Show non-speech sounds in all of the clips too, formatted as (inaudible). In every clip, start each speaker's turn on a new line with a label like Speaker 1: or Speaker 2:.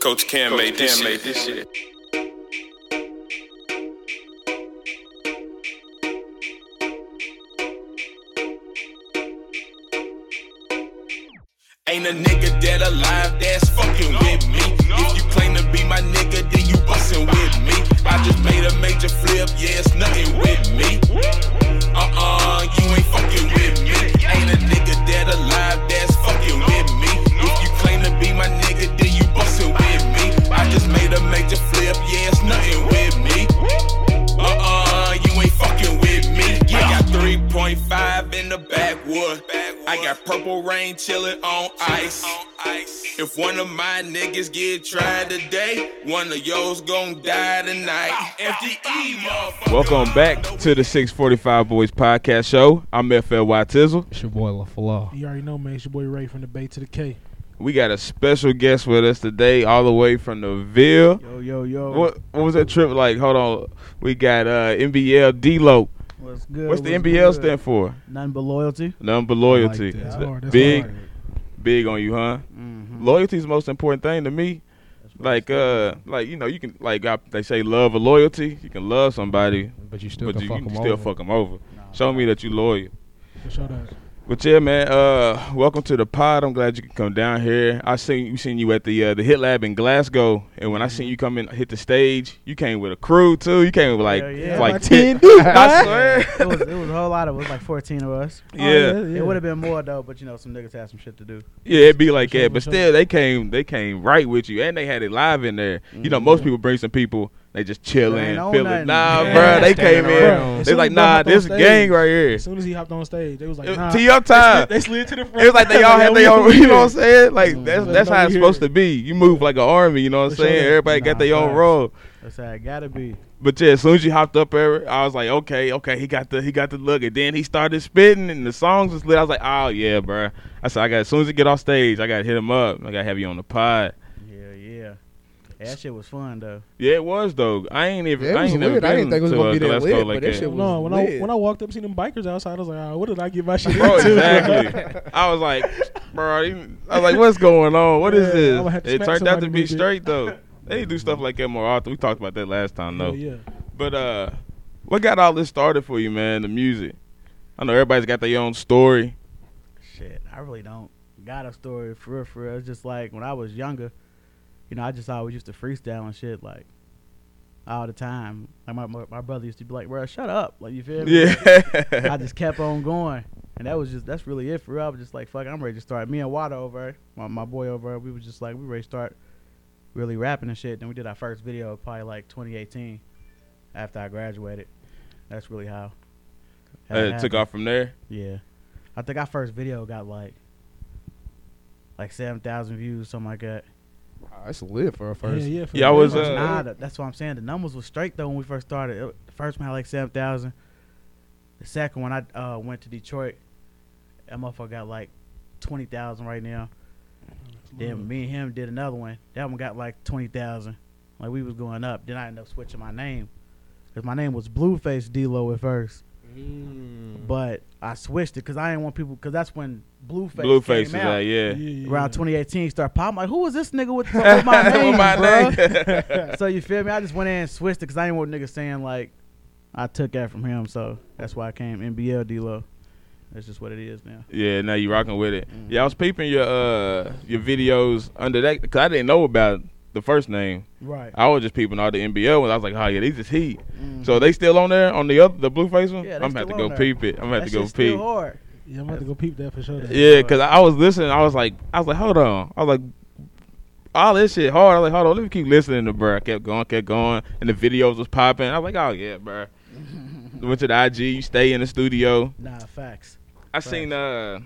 Speaker 1: Coach Cam made this shit. Made this shit.
Speaker 2: Ain't a nigga that alive that's fucking with me. If you claim to be my nigga, then you bustin' with me. I just made a major flip, yeah, it's nothing with me. Uh-uh, you ain't fucking with me. Ain't a nigga that alive that's fucking with me. If you claim to be my nigga, then you bustin' with me. I just made a major flip, yeah, it's nothing with me. Uh-uh, you ain't fucking with me. I got 3.5 in the backwood. I got purple rain chillin' on ice. If one of my niggas get tried today, one of yours gon' die tonight. FDE, motherfucker.
Speaker 3: Welcome back to the 645 Boys Podcast Show. I'm FLY Tizzle.
Speaker 4: It's your boy LaFlaw.
Speaker 5: You already know, man. It's your boy Ray from the Bay to the K.
Speaker 3: We got a special guest with us today, all the way from the Ville.
Speaker 6: Yo, yo, yo.
Speaker 3: What, what was that trip like? Hold on. We got uh, NBL D-Lo.
Speaker 6: What's good?
Speaker 3: What's the
Speaker 6: what's
Speaker 3: NBL
Speaker 6: good?
Speaker 3: stand for?
Speaker 6: Nothing but loyalty.
Speaker 3: None but loyalty.
Speaker 4: that.
Speaker 5: That's
Speaker 3: Th-
Speaker 5: hard. That's
Speaker 3: big,
Speaker 5: hard.
Speaker 3: big on you, huh?
Speaker 6: Mm-hmm.
Speaker 3: Loyalty is the most important thing to me. Like, uh, like you know, you can like I, they say, love or loyalty. You can love somebody,
Speaker 4: But you still
Speaker 3: but
Speaker 4: can
Speaker 3: you,
Speaker 4: fuck
Speaker 3: you
Speaker 4: him
Speaker 3: can still
Speaker 4: over.
Speaker 3: fuck them over. Show me that you loyal.
Speaker 5: For sure that.
Speaker 3: But yeah, man. Uh, welcome to the pod. I'm glad you could come down here. I seen you seen you at the uh, the Hit Lab in Glasgow, and when I
Speaker 6: Mm-hmm.
Speaker 3: seen you come in hit the stage, you came with a crew too. You came with like
Speaker 6: Hell yeah.
Speaker 3: like
Speaker 6: About
Speaker 3: ten.
Speaker 6: 10
Speaker 3: dudes. (laughs) I
Speaker 6: (laughs)
Speaker 3: swear.
Speaker 6: it was it was a whole lot of it was like 14 of us.
Speaker 4: Oh,
Speaker 3: Yeah,
Speaker 6: It would have been more though, but you know some niggas had some shit to do.
Speaker 3: yeah, it'd be like
Speaker 5: sure,
Speaker 3: that.
Speaker 5: for
Speaker 3: But
Speaker 5: sure.
Speaker 3: still, they came, they came right with you, and they had it live in there. You know,
Speaker 5: Mm-hmm.
Speaker 3: most people bring some people, they just chilling,
Speaker 6: Ain't on
Speaker 3: feeling.
Speaker 6: nothing.
Speaker 3: Nah,
Speaker 4: Yeah,
Speaker 3: bruh, they came
Speaker 4: standing around.
Speaker 3: in. They like,
Speaker 5: As soon as I
Speaker 3: nah,
Speaker 5: hopped on
Speaker 3: this
Speaker 5: stage,
Speaker 3: gang right here.
Speaker 5: As soon as he hopped on stage, they was like,
Speaker 3: It-
Speaker 5: nah.
Speaker 3: to your time.
Speaker 5: They slid, they slid to the front.
Speaker 3: It was like they all had their own. (laughs) You know what I'm saying? Like that's
Speaker 5: Let
Speaker 3: that's
Speaker 5: them
Speaker 3: how
Speaker 5: know
Speaker 3: it's
Speaker 5: we
Speaker 3: supposed
Speaker 5: here.
Speaker 3: to be. You move like an army. You know what I'm
Speaker 5: For sure.
Speaker 3: saying? Everybody got
Speaker 6: Nah,
Speaker 3: their own
Speaker 6: facts.
Speaker 3: role.
Speaker 6: That's how it gotta be.
Speaker 3: But yeah, as soon as you hopped up, Eric, I was like, okay, okay, he got the he got the look, and then he started spitting, and the songs was lit. I was like, oh yeah, bruh. I said, I got as soon as he get off stage, I got to hit him up. I got to have you on the pod.
Speaker 6: Yeah, yeah. That shit was fun though.
Speaker 3: Yeah, it was though. I ain't even.
Speaker 7: Yeah, it
Speaker 3: I
Speaker 7: was
Speaker 3: ain't never
Speaker 7: weird. I didn't
Speaker 3: been
Speaker 7: think it was
Speaker 3: to
Speaker 7: gonna
Speaker 3: uh,
Speaker 7: be that
Speaker 3: Glasgow
Speaker 7: lit,
Speaker 3: like
Speaker 7: but that
Speaker 3: that. (laughs)
Speaker 7: shit was
Speaker 5: No, when I
Speaker 7: lit.
Speaker 5: when I walked up, seen them bikers outside, I was like, ah, what did I get my shit
Speaker 3: Bro,
Speaker 5: into? (laughs)
Speaker 3: exactly. I was like, bro, you- I was like, what's going on? What is
Speaker 5: Yeah, I'm gonna have to
Speaker 3: this? It
Speaker 5: smack
Speaker 3: turned out to
Speaker 5: somebody a
Speaker 3: be
Speaker 5: little bit.
Speaker 3: straight though.
Speaker 7: (laughs)
Speaker 3: They do stuff like that more often. We talked about that last time
Speaker 5: Hell
Speaker 3: though.
Speaker 5: yeah.
Speaker 3: But uh, what got all this started for you, man? The music. I know everybody's got their own story.
Speaker 6: Shit, I really don't got a story for real. For real, it's just like when I was younger, you know, I just always used to freestyle and shit like all the time. Like my my, my brother used to be like, "Bro, shut up!" Like you feel me?
Speaker 3: Yeah.
Speaker 6: (laughs) I
Speaker 3: (laughs)
Speaker 6: just kept on going. And that was just that's really it for real. I was just like, fuck, I'm ready to start. Me and Wada over, there, my my boy over, there, we was just like, we ready to start really rapping and shit. Then we did our first video probably like 2018 after I graduated. That's really how. how
Speaker 3: Uh, it took
Speaker 6: happened.
Speaker 3: off from there.
Speaker 6: Yeah, I think our first video got like like seven thousand views, something like that.
Speaker 7: Ah, That's lit for a
Speaker 5: Yeah,
Speaker 7: first.
Speaker 5: yeah. for
Speaker 3: Yeah, I
Speaker 5: the
Speaker 3: was,
Speaker 5: numbers.
Speaker 3: uh,
Speaker 6: Nah, th- that's what I'm saying. The numbers was straight though when we first started. It, the first one had like seven thousand. The second one, I uh, went to Detroit. That motherfucker got like twenty thousand right now. Then me and him did another one. That one got like twenty thousand. Like we was going up. Then I ended up switching my name because my name was Blueface D-Lo at first. But I switched it because I didn't want people because that's when Blueface
Speaker 3: Blueface is
Speaker 6: came
Speaker 3: out.
Speaker 6: out.
Speaker 3: Yeah.
Speaker 5: yeah,
Speaker 6: Around 2018, start popping. like, who is this nigga
Speaker 3: (laughs)
Speaker 6: with, with my name,
Speaker 3: With my (laughs)
Speaker 6: bruh?
Speaker 3: name.
Speaker 6: so you feel me? I just went in and switched it because I didn't want niggas saying like I took that from him. So that's why I came NBL D-Lo. That's just what it is now.
Speaker 3: Yeah, now you rocking with it.
Speaker 6: Mm-hmm.
Speaker 3: Yeah, I was peeping your uh your videos under that because I didn't know about the first name.
Speaker 6: Right.
Speaker 3: I was just peeping all the NBL ones. I was like, oh yeah, these is heat. So they still on there on the other the blue face one.
Speaker 6: Mm-hmm. Yeah, they
Speaker 3: I'm gonna have to
Speaker 6: still
Speaker 3: go
Speaker 6: on there.
Speaker 3: peep it. I'm gonna have
Speaker 6: That
Speaker 3: to go
Speaker 6: shit's still
Speaker 3: peep.
Speaker 6: hard.
Speaker 5: Yeah, I'm about to go peep that for sure. then.
Speaker 3: Yeah, because I was listening. I was like, I was like, hold on. I was like, all this shit hard. I was like, hold on. Let me keep listening to bruh. I kept going, kept going, and the videos was popping. I was like, oh yeah, bruh. Went to the IG. You stay in the studio.
Speaker 6: Nah, facts.
Speaker 3: I seen uh,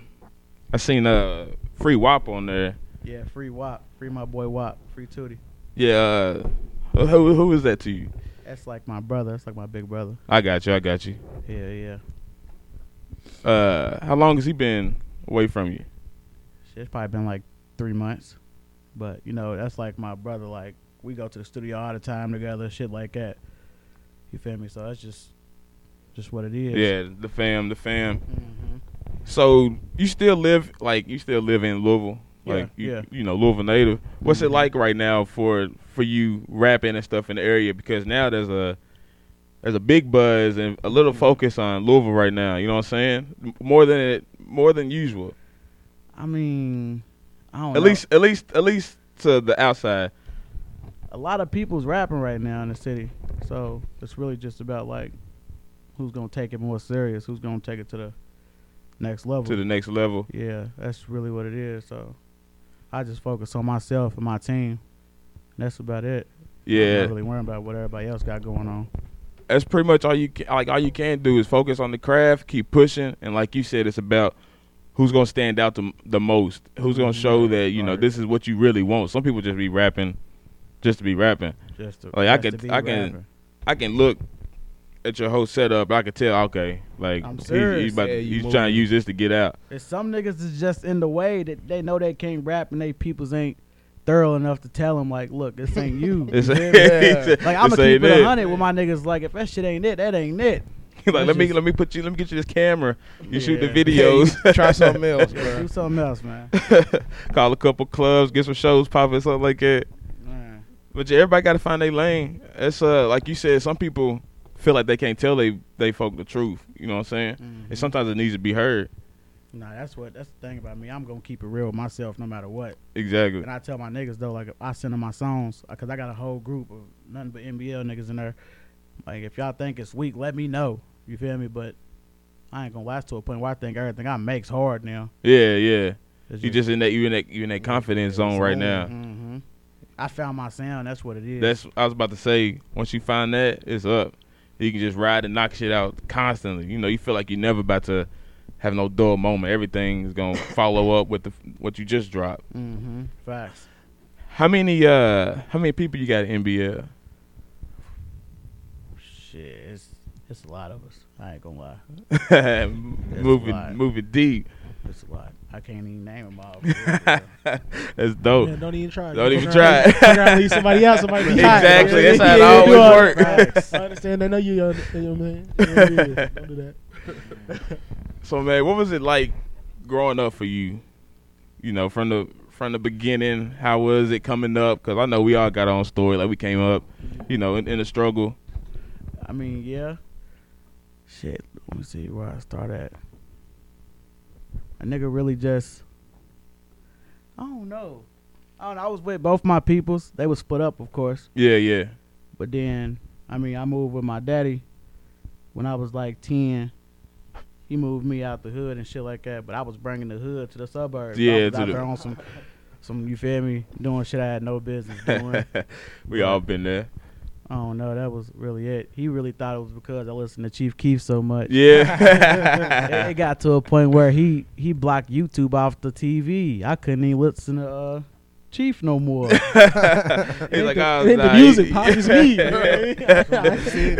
Speaker 3: I seen uh, free WAP on there.
Speaker 6: Yeah, free WAP, free my boy WAP, free Tootie.
Speaker 3: Yeah, uh, who who is that to you?
Speaker 6: That's like my brother. That's like my big brother.
Speaker 3: I got you. I got you.
Speaker 6: Yeah, yeah.
Speaker 3: Uh, how long has he been away from you?
Speaker 6: Shit's probably been like three months, but you know that's like my brother. Like we go to the studio all the time together, shit like that. You feel me? So that's just just what it is.
Speaker 3: Yeah, the fam, the fam.
Speaker 6: hmm
Speaker 3: So you still live like you still live in Louisville? Like
Speaker 6: Yeah,
Speaker 3: you,
Speaker 6: yeah. Mm-hmm.
Speaker 3: you know, Louisville native. What's it like right now for for you rapping and stuff in the area? Because now there's a there's a big buzz and a little focus on Louisville right now. You know what I'm saying? M- More than it, more than usual.
Speaker 6: I mean, I don't
Speaker 3: At
Speaker 6: know.
Speaker 3: least, at least, at least to the outside.
Speaker 6: a lot of people's rapping right now in the city. So it's really just about like who's gonna take it more serious, who's gonna take it to the next level.
Speaker 3: to the next level.
Speaker 6: yeah, that's really what it is. So I just focus on myself and my team. And that's about it. I'm
Speaker 3: Yeah,
Speaker 6: not really worrying about what everybody else got going on.
Speaker 3: that's pretty much all you can, like. All you can do is focus on the craft, keep pushing, and like you said, it's about who's gonna stand out the the most, who's gonna show that you know
Speaker 6: Mm-hmm. Right.
Speaker 3: this is what you really want. Some people just be rapping, just to be rapping.
Speaker 6: Just to,
Speaker 3: Like, Oh, I
Speaker 6: just
Speaker 3: could-
Speaker 6: to be
Speaker 3: I can-
Speaker 6: rapping.
Speaker 3: I can look at your whole setup, I can tell. Okay, like
Speaker 6: I'm
Speaker 3: he's-
Speaker 6: serious.
Speaker 3: he's, about-
Speaker 4: Yeah, you
Speaker 3: he's
Speaker 4: moving.
Speaker 3: trying to use this to get out.
Speaker 6: There's some niggas is just in the way that they know they can't rap and they peoples ain't thorough enough to tell them like, look, this ain't
Speaker 3: (laughs)
Speaker 6: you.
Speaker 3: It's
Speaker 6: You
Speaker 3: like
Speaker 6: feel me? like I'm gonna
Speaker 3: it's
Speaker 6: keep
Speaker 3: ain't
Speaker 6: it a hundred with my niggas. Like if that shit ain't it, that ain't it.
Speaker 3: like let me
Speaker 6: Just-
Speaker 3: let me put you let me get you this camera. You shoot the
Speaker 6: Yeah.
Speaker 3: videos.
Speaker 6: (laughs)
Speaker 4: Yeah, you try something else,
Speaker 3: (laughs)
Speaker 6: Yeah,
Speaker 4: bro.
Speaker 6: do something else, man.
Speaker 3: Call a couple clubs, get some shows popping, something like that.
Speaker 6: Man,
Speaker 3: But yeah, everybody got to find their lane. It's uh like you said, some people feel like they can't tell they they folk the truth. You know what I'm saying?
Speaker 6: Mm-hmm.
Speaker 3: And sometimes it needs to be heard.
Speaker 6: Nah, that's what that's the thing about me. I'm gonna keep it real with myself no matter what.
Speaker 3: Exactly.
Speaker 6: And I tell my niggas though, like if I send them my songs, uh, cause I got a whole group of nothing but NBL niggas in there. Like if y'all think it's weak, let me know. You feel me? But I ain't gonna last to a point where I think everything I make's hard now.
Speaker 3: Yeah, yeah.
Speaker 6: It's
Speaker 3: You just in that you in that you in that confidence zone right now.
Speaker 6: hmm I found my sound. That's what it is.
Speaker 3: That's I was about to say. Once you find that, it's up. You can just ride and knock shit out constantly. You know, you feel like you're never about to have no dull moment. Everything is
Speaker 6: (laughs)
Speaker 3: gonna follow up with the what you just dropped.
Speaker 6: hmm facts.
Speaker 3: How many uh how many people you got in (laughs) NBL?
Speaker 6: Shit, it's, it's a lot of us. I ain't gonna lie.
Speaker 3: moving
Speaker 6: wild.
Speaker 3: moving deep.
Speaker 6: It's a lot. I can't even name them
Speaker 3: (laughs)
Speaker 6: all. for real, for real.
Speaker 3: That's dope.
Speaker 5: Man, don't even try.
Speaker 3: Don't
Speaker 5: You
Speaker 3: even
Speaker 5: figure out-
Speaker 3: try.
Speaker 5: figure out leave somebody
Speaker 3: (laughs)
Speaker 5: out. Somebody be hot.
Speaker 3: Exactly,
Speaker 5: Yeah,
Speaker 6: (laughs)
Speaker 3: that's how it
Speaker 5: yeah,
Speaker 3: always
Speaker 5: you are.
Speaker 3: work.
Speaker 5: Facts. I understand. They know you, young,
Speaker 3: (laughs)
Speaker 5: young man. You know what it is. Don't do that.
Speaker 3: So man, what was it like growing up for you? You know, from the from the beginning, how was it coming up? Because I know we all got our own story. Like we came up, you know, in, in a struggle.
Speaker 6: I mean, yeah. Shit, let me see where I start at. A nigga really just. I don't know. I don't know. I was with both my peoples. They was split up, of course.
Speaker 3: Yeah, yeah,
Speaker 6: But then, I mean, I moved with my daddy when I was like 10. He moved me out the hood and shit like that. But I was bringing the hood to the suburbs. I
Speaker 3: Yeah,
Speaker 6: was
Speaker 3: to
Speaker 6: out
Speaker 3: the-
Speaker 6: there on some, some, you feel me, doing shit I had no business
Speaker 3: (laughs)
Speaker 6: doing.
Speaker 3: we all been
Speaker 5: (laughs)
Speaker 3: there.
Speaker 6: I don't know. That was really it. He really thought it was because I listened to Chief Keef so much. it,
Speaker 3: Yeah,
Speaker 6: it got to a point where he he blocked YouTube off the TV. I couldn't even listen to uh, Chief no more.
Speaker 3: he's like,
Speaker 5: the,
Speaker 3: oh,
Speaker 5: it ain't
Speaker 3: nah,
Speaker 5: the music,
Speaker 3: he- (laughs)
Speaker 5: pop, it's me.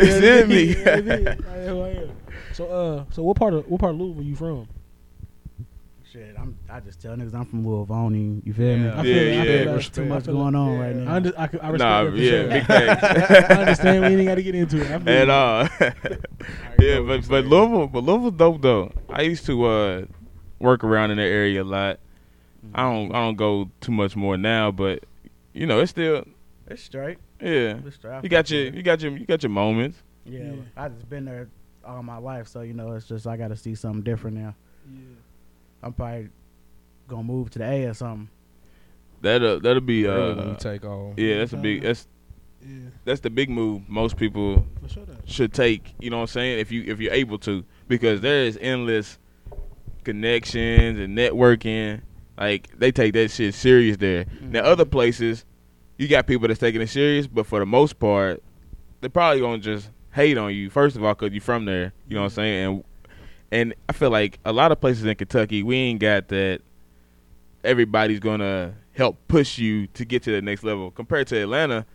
Speaker 5: It's
Speaker 3: It's in me.
Speaker 5: (laughs) I am who I am. So, uh, so what part of what part of Louisville you from?
Speaker 6: Shit, I'm I just tell niggas I'm from Louisville. I don't even- You feel
Speaker 4: Yeah.
Speaker 5: I
Speaker 6: me?
Speaker 5: feel it,
Speaker 3: Yeah,
Speaker 5: I feel
Speaker 3: yeah.
Speaker 5: it.
Speaker 6: There's too
Speaker 5: I
Speaker 6: much
Speaker 5: feel it.
Speaker 6: going on right now.
Speaker 5: I, under, I, could- I respect
Speaker 3: Nah,
Speaker 5: that for
Speaker 3: yeah,
Speaker 5: sure.
Speaker 3: big facts
Speaker 5: I understand we ain't got to get into it. I feel
Speaker 3: at (laughs)
Speaker 5: you.
Speaker 3: all. yeah, uh, but but Louisville, but Louisville dope though. I used to uh work around in that area a lot. I
Speaker 4: Mm-hmm.
Speaker 3: don't I don't go too much more now, but you know it's still
Speaker 6: it's straight.
Speaker 3: yeah.
Speaker 6: It's straight.
Speaker 3: You got your you got your you got your moments.
Speaker 6: yeah.
Speaker 5: Yeah.
Speaker 6: I just been there all my life, so you know it's just I got to see something different now. I'm probably gonna move to the A or something.
Speaker 3: That'll that'll be
Speaker 4: Really when you
Speaker 3: uh
Speaker 4: take off.
Speaker 3: yeah. That's a big that's
Speaker 5: Yeah, yeah,
Speaker 3: that's the big move most people
Speaker 5: for sure. That.
Speaker 3: should take. You know what I'm saying? If you if you're able to, because there is endless connections and networking. Like they take that shit serious there. Now other places, you got people that's taking it serious, but for the most part, they're probably gonna just hate on you. First of all, cause you're from there. You know what I'm saying? And and I feel like a lot of places in Kentucky, we ain't got that. Everybody's gonna help push you to get to the next level. Compared to Atlanta,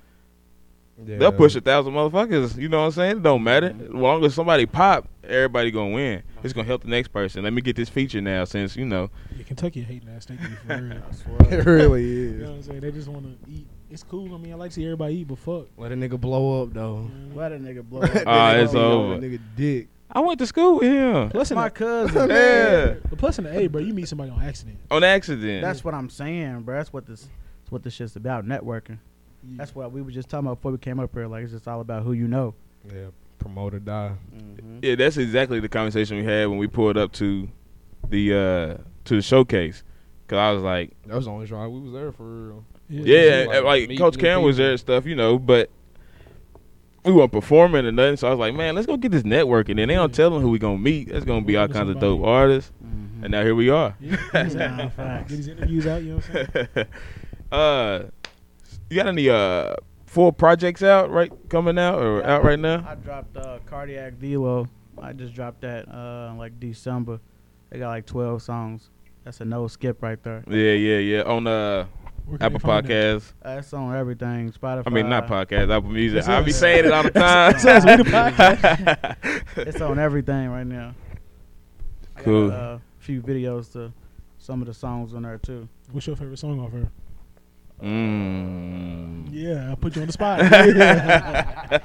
Speaker 4: Yeah. Mm-hmm.
Speaker 3: They'll push a thousand motherfuckers. You know what I'm saying? It don't matter. As long as somebody pop, everybody gonna win. It's gonna help the next person. Let me get this feature now, since you know.
Speaker 5: Yeah, Kentucky hating that state to be for
Speaker 4: (laughs)
Speaker 5: real.
Speaker 4: It really
Speaker 5: You know
Speaker 4: is.
Speaker 5: what I'm saying? They just want to eat. It's cool. I mean, I like to see everybody eat, but fuck.
Speaker 4: (laughs) Let a nigga blow up though. (laughs)
Speaker 5: You know what I mean?
Speaker 6: Let a nigga blow
Speaker 4: That
Speaker 6: up.
Speaker 3: Ah,
Speaker 4: nigga
Speaker 3: it's
Speaker 4: blow up,
Speaker 3: over.
Speaker 4: that Nigga dick.
Speaker 6: I
Speaker 3: I went to school with him.
Speaker 5: Plus in
Speaker 6: my
Speaker 5: the, (laughs)
Speaker 6: cousin.
Speaker 3: Yeah,
Speaker 5: but plus in the A, bro, you meet somebody on accident.
Speaker 3: on accident.
Speaker 6: That's what I'm saying, bro. That's what this. That's what this shit's about. Networking. That's what we were just talking about before we came up here. Like it's just all about who you know.
Speaker 4: Yeah, promote or die.
Speaker 3: Yeah, that's exactly the conversation we had when we pulled up to the uh to the showcase. Cause I was like,
Speaker 4: That was the only time we was there for real.
Speaker 3: yeah,
Speaker 4: Like,
Speaker 3: and, like,
Speaker 4: meeting
Speaker 3: Coach
Speaker 4: the
Speaker 3: Cam was
Speaker 4: people.
Speaker 3: there and stuff, you know, but we weren't performing or nothing. So I was like, man, let's go get this networking. And they don't tell them who we gonna meet. That's gonna be all
Speaker 5: Meet
Speaker 3: kinds of
Speaker 5: somebody.
Speaker 4: Mm-hmm.
Speaker 3: dope artists.
Speaker 6: Mhm.
Speaker 3: And now here we are.
Speaker 5: Yeah,
Speaker 6: Nah,
Speaker 5: exactly.
Speaker 6: facts.
Speaker 5: Get his interviews out. You know what I'm saying?
Speaker 3: (laughs) uh, you got any uh full projects out right coming out or out right now?
Speaker 6: I dropped uh, Cardiac Delo. I just dropped that uh, in, like December. They got like 12 songs. That's a no skip right there.
Speaker 3: Yeah, yeah, yeah. On uh
Speaker 5: Where can they
Speaker 3: Apple
Speaker 5: find that?
Speaker 3: Podcasts.
Speaker 6: Uh, That's on everything. Spotify.
Speaker 3: I mean, not podcast, Apple Music.
Speaker 5: That's
Speaker 3: I
Speaker 5: it.
Speaker 3: be saying it all the time.
Speaker 5: Sounds like the
Speaker 6: It's on everything
Speaker 3: (laughs)
Speaker 6: right now. I got,
Speaker 3: Cool.
Speaker 6: uh, few videos to some of the songs on there too.
Speaker 5: What's your favorite song off her?
Speaker 3: (laughs) Mm.
Speaker 5: Yeah, I put you on the spot. (laughs) yeah.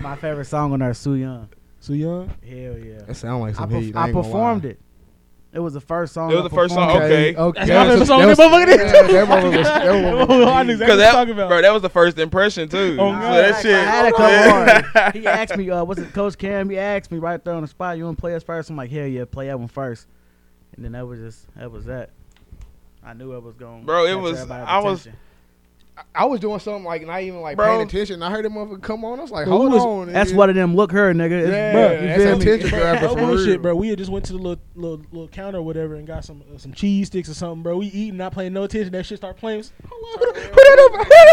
Speaker 6: My favorite song on there, Soo Young.
Speaker 5: So young.
Speaker 6: Hell yeah.
Speaker 4: That sound like
Speaker 6: I,
Speaker 4: some
Speaker 6: perf-
Speaker 4: heat.
Speaker 6: I performed it. It was the first song.
Speaker 3: It was
Speaker 6: I
Speaker 3: the first song,
Speaker 6: performed.
Speaker 3: Oh, Okay.
Speaker 4: okay.
Speaker 5: That's my favorite song. That motherfucker
Speaker 4: yeah,
Speaker 5: did.
Speaker 4: that motherfucker was- (laughs) that motherfucker was
Speaker 5: I knew
Speaker 4: heat.
Speaker 5: exactly what you're
Speaker 3: that,
Speaker 5: talking about.
Speaker 3: bro, that was the first impression too. so
Speaker 5: Oh, God.
Speaker 6: Nah, I
Speaker 3: that
Speaker 6: had- I had a
Speaker 3: shit. (laughs)
Speaker 6: couple hard. He asked me, uh, "What's it, Coach Cam?" He asked me right there on the spot, "You want to play us first? I'm like, "Hell yeah, play that one first. And then that was just that was that. I knew I was going.
Speaker 3: Bro, it was- I was-
Speaker 4: I was doing something like not even like
Speaker 3: Bro.
Speaker 4: paying attention. and I heard that motherfucker come on. I was like,
Speaker 5: Bro,
Speaker 4: hold
Speaker 5: we was-
Speaker 4: on.
Speaker 6: That's
Speaker 4: nigga.
Speaker 6: one of them. Look her, nigga. It's-
Speaker 4: Yeah,
Speaker 6: bro,
Speaker 4: that's
Speaker 6: you feel me?
Speaker 4: attention grabber
Speaker 5: No
Speaker 4: for real.
Speaker 5: bullshit, bro. We had just went to the little, little little counter or whatever and got some uh, some cheese sticks or something, bro. We eating, not playing no attention. That shit start playing. Hold on,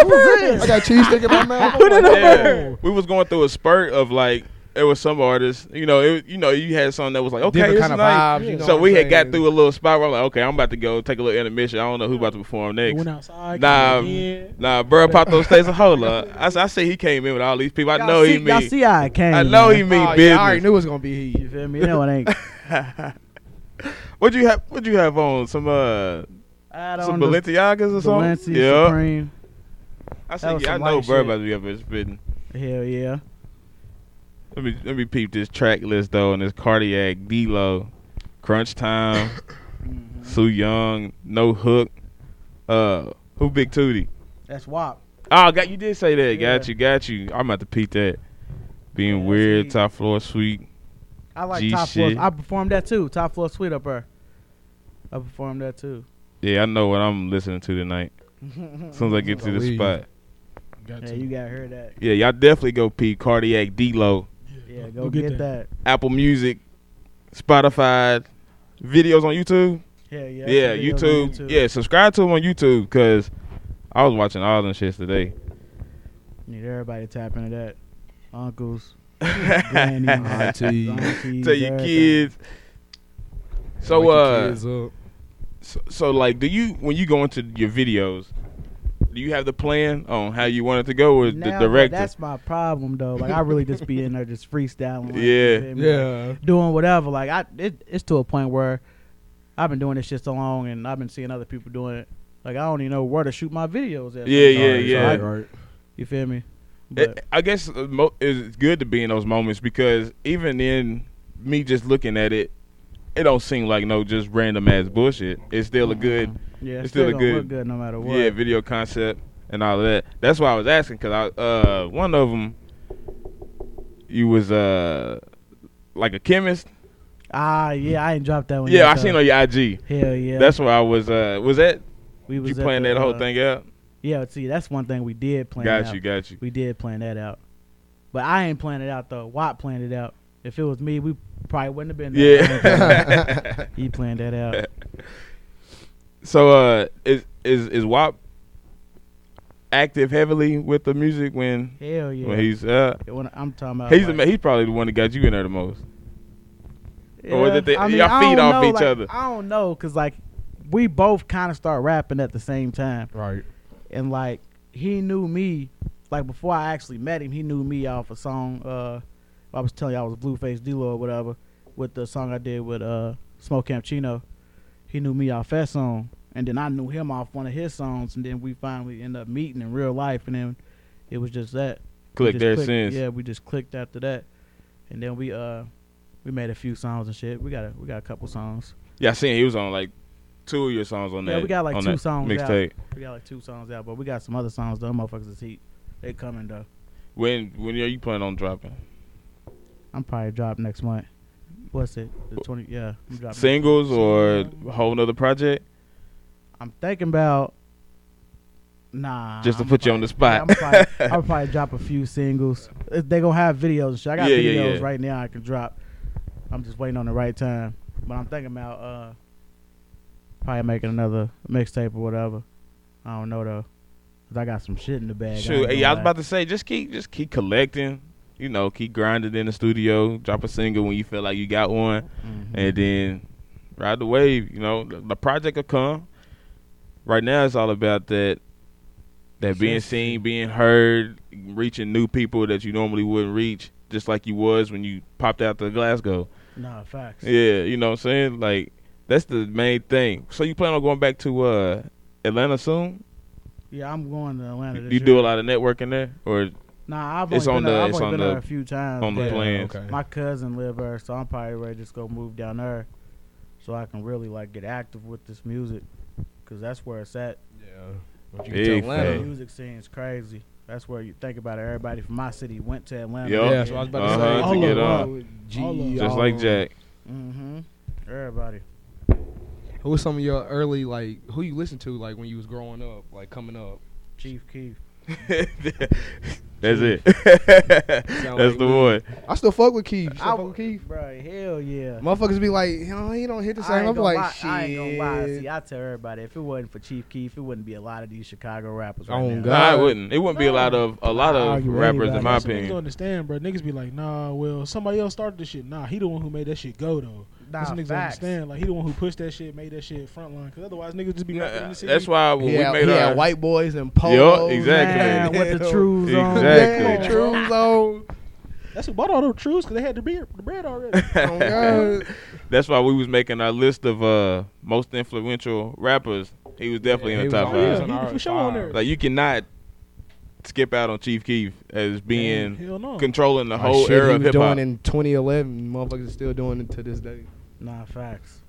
Speaker 5: who
Speaker 4: I got cheese stick in my mouth. (laughs)
Speaker 5: Who that
Speaker 3: Yeah. We was going through a spurt of like it was some artists, you know, it, you know, you had something that was like okay,
Speaker 4: Different
Speaker 3: this
Speaker 4: kind
Speaker 3: is
Speaker 4: of
Speaker 3: nice.
Speaker 4: vibes. You know
Speaker 3: so
Speaker 4: what
Speaker 3: we
Speaker 4: I'm
Speaker 3: had got
Speaker 4: saying?
Speaker 3: through a little spot where I'm like, okay, I'm about to go take a little intermission. I don't know who about to perform
Speaker 5: We
Speaker 3: next.
Speaker 5: went outside.
Speaker 3: Nah,
Speaker 5: came in.
Speaker 3: nah, bro, pop those states. Hold up, I, s- I say he came in with all these people. I
Speaker 6: Y'all
Speaker 3: know
Speaker 6: see,
Speaker 3: he
Speaker 6: Y'all
Speaker 3: mean,
Speaker 6: see how I came.
Speaker 3: I know he
Speaker 6: man.
Speaker 3: mean
Speaker 4: Oh,
Speaker 3: business.
Speaker 4: yeah, I already knew it was gonna be
Speaker 6: You
Speaker 4: heat.
Speaker 6: feel me? No, it
Speaker 3: (laughs)
Speaker 6: ain't.
Speaker 3: What you have? What you have on? Some uh,
Speaker 6: I
Speaker 3: some
Speaker 6: don't know.
Speaker 3: Balenciagas or something?
Speaker 6: Balenci
Speaker 3: Yeah,
Speaker 6: Supreme.
Speaker 3: I
Speaker 6: That
Speaker 3: said,
Speaker 6: was
Speaker 3: yeah, I
Speaker 6: some
Speaker 3: know,
Speaker 6: light
Speaker 3: bro,
Speaker 6: shit.
Speaker 3: about to be up there spitting.
Speaker 6: Hell yeah.
Speaker 3: Let me let me peep this track list though, and this cardiac D Lo, Crunch
Speaker 6: (coughs)
Speaker 3: Time, Sue Young, No Hook, uh, who Big Tootie?
Speaker 6: That's WAP.
Speaker 3: Oh, got you did say that. Got
Speaker 6: Yeah.
Speaker 3: you, got you. I'm about to peep that. Being
Speaker 6: Yeah,
Speaker 3: weird,
Speaker 6: see.
Speaker 3: top floor suite.
Speaker 6: I like
Speaker 3: G
Speaker 6: top floor.
Speaker 3: shit.
Speaker 6: I performed that too. Top floor suite up there. I performed that too.
Speaker 3: Yeah, I know what I'm listening to
Speaker 6: (laughs)
Speaker 3: tonight. As soon as I get to the
Speaker 4: Believe.
Speaker 3: spot.
Speaker 5: Got
Speaker 6: Yeah,
Speaker 5: to.
Speaker 6: you gotta hear that.
Speaker 3: Yeah, y'all definitely go peep cardiac D Lo.
Speaker 6: Yeah, go,
Speaker 5: go
Speaker 6: get,
Speaker 5: get
Speaker 6: that.
Speaker 3: Apple Music, Spotify, videos on YouTube.
Speaker 6: Hell yeah.
Speaker 3: yeah,
Speaker 6: that's the
Speaker 3: YouTube.
Speaker 6: videos on
Speaker 3: Yeah, subscribe to them on YouTube because I was watching all them shits
Speaker 6: (laughs)
Speaker 3: today. (laughs)
Speaker 6: Need everybody to tap into that. (laughs) Uncles, grannies,
Speaker 3: Tell
Speaker 4: Aunties.
Speaker 6: aunties,
Speaker 3: your
Speaker 6: everything.
Speaker 3: kids. So
Speaker 4: Wake your
Speaker 3: uh,
Speaker 4: kids up.
Speaker 3: so, so like, do you when you go into your videos, do you have the plan on how you want it to go with
Speaker 6: Now,
Speaker 3: the director?
Speaker 6: That's my problem though. Like I really just be in there just freestyling. like, you
Speaker 3: Yeah.
Speaker 6: feel me?
Speaker 4: yeah.
Speaker 6: Doing whatever. Like I, it, it's to a point where I've been doing this shit so long, and I've been seeing other people doing it. Like I don't even know where to shoot my videos at.
Speaker 3: Yeah, yeah,
Speaker 6: sometimes. So
Speaker 3: yeah.
Speaker 6: I-
Speaker 4: All right.
Speaker 6: You feel me?
Speaker 3: It-
Speaker 6: But
Speaker 3: I guess uh, mo- it's good to be in those moments because even in me just looking at it, it don't seem like no just random ass bullshit. It's still a good
Speaker 6: yeah,
Speaker 3: it's
Speaker 6: it's
Speaker 3: still a
Speaker 6: still, gonna
Speaker 3: good-
Speaker 6: look good no matter what.
Speaker 3: Yeah, video concept and all of that. That's why I was asking because I uh one of them you was uh like a chemist.
Speaker 6: ah, yeah, I ain't dropped that one.
Speaker 3: Yeah,
Speaker 6: yet,
Speaker 3: I
Speaker 6: though.
Speaker 3: seen on your IG.
Speaker 6: Hell yeah.
Speaker 3: That's why I was uh was that
Speaker 6: we
Speaker 3: you
Speaker 6: at
Speaker 3: playing
Speaker 6: the,
Speaker 3: that whole
Speaker 6: uh,
Speaker 3: thing out?
Speaker 6: Yeah, see, that's one thing we did plan.
Speaker 3: Got
Speaker 6: out.
Speaker 3: you, got you.
Speaker 6: We did plan that out, but I ain't plan it out though. Watt planned it out. If it was me, we probably wouldn't have been. There.
Speaker 3: Yeah.
Speaker 6: (laughs) he planned that out.
Speaker 3: (laughs) so uh is is is WAP active heavily with the music when
Speaker 6: Hell yeah.
Speaker 3: when he's uh
Speaker 6: When I'm talking about.
Speaker 3: He's the
Speaker 6: like,
Speaker 3: ma he's probably the one that got you in there the most.
Speaker 6: yeah,
Speaker 3: or that they-
Speaker 6: I mean,
Speaker 3: y'all
Speaker 6: I
Speaker 3: feed
Speaker 6: don't
Speaker 3: off
Speaker 6: know,
Speaker 3: each
Speaker 6: like,
Speaker 3: other.
Speaker 6: I don't know, cause like we both kind of start rapping at the same time,
Speaker 4: Right.
Speaker 6: and like he knew me, like before I actually met him, he knew me off a song. Uh, I was telling you I was Blueface D or whatever, with the song I did with uh Smoke Campchino. He knew me off that song, and then I knew him off one of his songs, and then we finally end up meeting in real life, and then it was just that. We
Speaker 3: Click
Speaker 6: just
Speaker 3: there
Speaker 6: clicked-
Speaker 3: since.
Speaker 6: Yeah, we just clicked after that, and then we uh We made a few songs and shit. We got a we got a couple songs.
Speaker 3: Yeah, I seen he was on like two of your songs on
Speaker 6: Yeah,
Speaker 3: that.
Speaker 6: we got, like,
Speaker 3: on
Speaker 6: two
Speaker 3: that
Speaker 6: songs out.
Speaker 3: mixtape.
Speaker 6: We got like two songs out, but we got some other songs. Though motherfuckers is heat. They coming though.
Speaker 3: When when are you planning on dropping?
Speaker 6: I'm probably drop next month. What's it? The twenty? Yeah, I'm dropping.
Speaker 3: Singles or a whole nother project?
Speaker 6: I'm thinking about. Nah.
Speaker 3: Just to
Speaker 6: I'm
Speaker 3: put you on the
Speaker 6: probably-
Speaker 3: spot.
Speaker 6: yeah, I'm
Speaker 3: (laughs)
Speaker 6: probably, I'll probably drop a few singles. Uh, They gonna have videos. and shit. I got
Speaker 3: Yeah,
Speaker 6: videos
Speaker 3: yeah, yeah.
Speaker 6: right now I can drop. I'm just waiting on the right time. But I'm thinking about uh probably making another mixtape or whatever. I don't know though. 'Cause I got some shit in the bag.
Speaker 3: Shoot, hey, I was about to say just keep just keep collecting. You know, keep grinding in the studio. Drop a single when you feel like you got one,
Speaker 6: Mm-hmm.
Speaker 3: and then ride the wave. You know, the, the project will come. Right now, it's all about that that being seen, being heard, reaching new people that you normally wouldn't reach, just like you was when you popped out to Glasgow.
Speaker 6: Nah, facts.
Speaker 3: Yeah, you know what I'm saying? Like that's the main thing. So you plan on going back to uh Atlanta soon?
Speaker 6: Yeah, I'm going to Atlanta. This
Speaker 3: You
Speaker 6: year.
Speaker 3: do a lot of networking there or
Speaker 6: Nah, I've only
Speaker 3: It's
Speaker 6: been
Speaker 3: on
Speaker 6: there,
Speaker 3: the-
Speaker 6: I've
Speaker 3: it's
Speaker 6: only
Speaker 3: on
Speaker 6: been
Speaker 3: the-
Speaker 6: there a few times.
Speaker 3: on the
Speaker 6: but
Speaker 3: plans?
Speaker 4: okay.
Speaker 6: My cousin live there, so I'm probably ready to just go move down there, so I can really like get active with this music, cause that's where it's at.
Speaker 4: Yeah. If
Speaker 3: Big
Speaker 4: you tell
Speaker 6: The
Speaker 3: Hey.
Speaker 4: Atlanta.
Speaker 3: fact.
Speaker 6: music scene is crazy. That's where you think about it. Everybody from my city went to Atlanta.
Speaker 3: Yup.
Speaker 4: Yeah, that's what I was about to
Speaker 3: Uh-huh,
Speaker 4: say.
Speaker 3: to
Speaker 4: All
Speaker 3: get
Speaker 4: of
Speaker 3: on.
Speaker 4: them. G,
Speaker 5: All of them.
Speaker 3: Just
Speaker 4: all
Speaker 3: like
Speaker 4: of them.
Speaker 3: Jack. (laughs)
Speaker 6: Mm-hmm. Everybody.
Speaker 4: Who was some of your early like? Who you listened to like when you was growing up, like coming up?
Speaker 6: Chief Keef.
Speaker 3: That's it. (laughs) That's the
Speaker 4: like me.
Speaker 3: one.
Speaker 4: I still fuck with Keith. You Still
Speaker 6: I
Speaker 4: fuck
Speaker 6: w-
Speaker 4: with Keith.
Speaker 6: Bro, hell yeah.
Speaker 4: Motherfuckers be like, you know, he don't hit the
Speaker 6: I
Speaker 4: same.
Speaker 6: ain't,
Speaker 4: I'm
Speaker 6: gonna
Speaker 4: like,
Speaker 6: lie.
Speaker 4: shit.
Speaker 6: I ain't gonna lie. See, I tell everybody, if it wasn't for Chief Keef, it wouldn't be a lot of these Chicago rappers. Right
Speaker 4: Oh,
Speaker 6: now.
Speaker 4: God.
Speaker 3: No, I wouldn't. It wouldn't be a lot of a lot
Speaker 4: Nah,
Speaker 3: of
Speaker 4: you really
Speaker 3: rappers in
Speaker 4: got
Speaker 3: my
Speaker 4: it.
Speaker 5: So niggas don't
Speaker 3: opinion. Uh,
Speaker 5: understand, bro. Niggas be like, nah, well, somebody else started this shit. Nah, he the one who made that shit go though.
Speaker 6: Nah,
Speaker 5: That's what niggas don't
Speaker 6: facts.
Speaker 5: understand. Like he the one who pushed that shit, made that shit frontline. Cause otherwise niggas just be
Speaker 3: Nah,
Speaker 5: rapping in the city.
Speaker 3: That's why when
Speaker 4: Yeah,
Speaker 3: we made our
Speaker 4: white boys and
Speaker 3: polos.
Speaker 4: polos.
Speaker 3: exactly.
Speaker 6: Man, with the trues on.
Speaker 3: Exactly.
Speaker 4: Yeah, trues on.
Speaker 5: That's who bought all those truths because they had the beer, the
Speaker 3: (laughs)
Speaker 5: bread already.
Speaker 4: Oh, God.
Speaker 3: That's why we was making our list of uh most influential rappers. He was definitely
Speaker 4: Yeah,
Speaker 3: in
Speaker 4: he
Speaker 3: the
Speaker 4: was
Speaker 3: top
Speaker 4: on
Speaker 5: Oh, yeah,
Speaker 3: five.
Speaker 4: there.
Speaker 5: he for sure on there.
Speaker 3: Like you cannot skip out on Chief Keef as being
Speaker 5: Hell no.
Speaker 3: controlling the
Speaker 4: Like,
Speaker 3: whole
Speaker 4: shit
Speaker 3: era
Speaker 4: he
Speaker 3: of
Speaker 4: was
Speaker 3: hip hop.
Speaker 4: doing in 2011, motherfuckers are still doing it to this day.
Speaker 6: Nah, facts.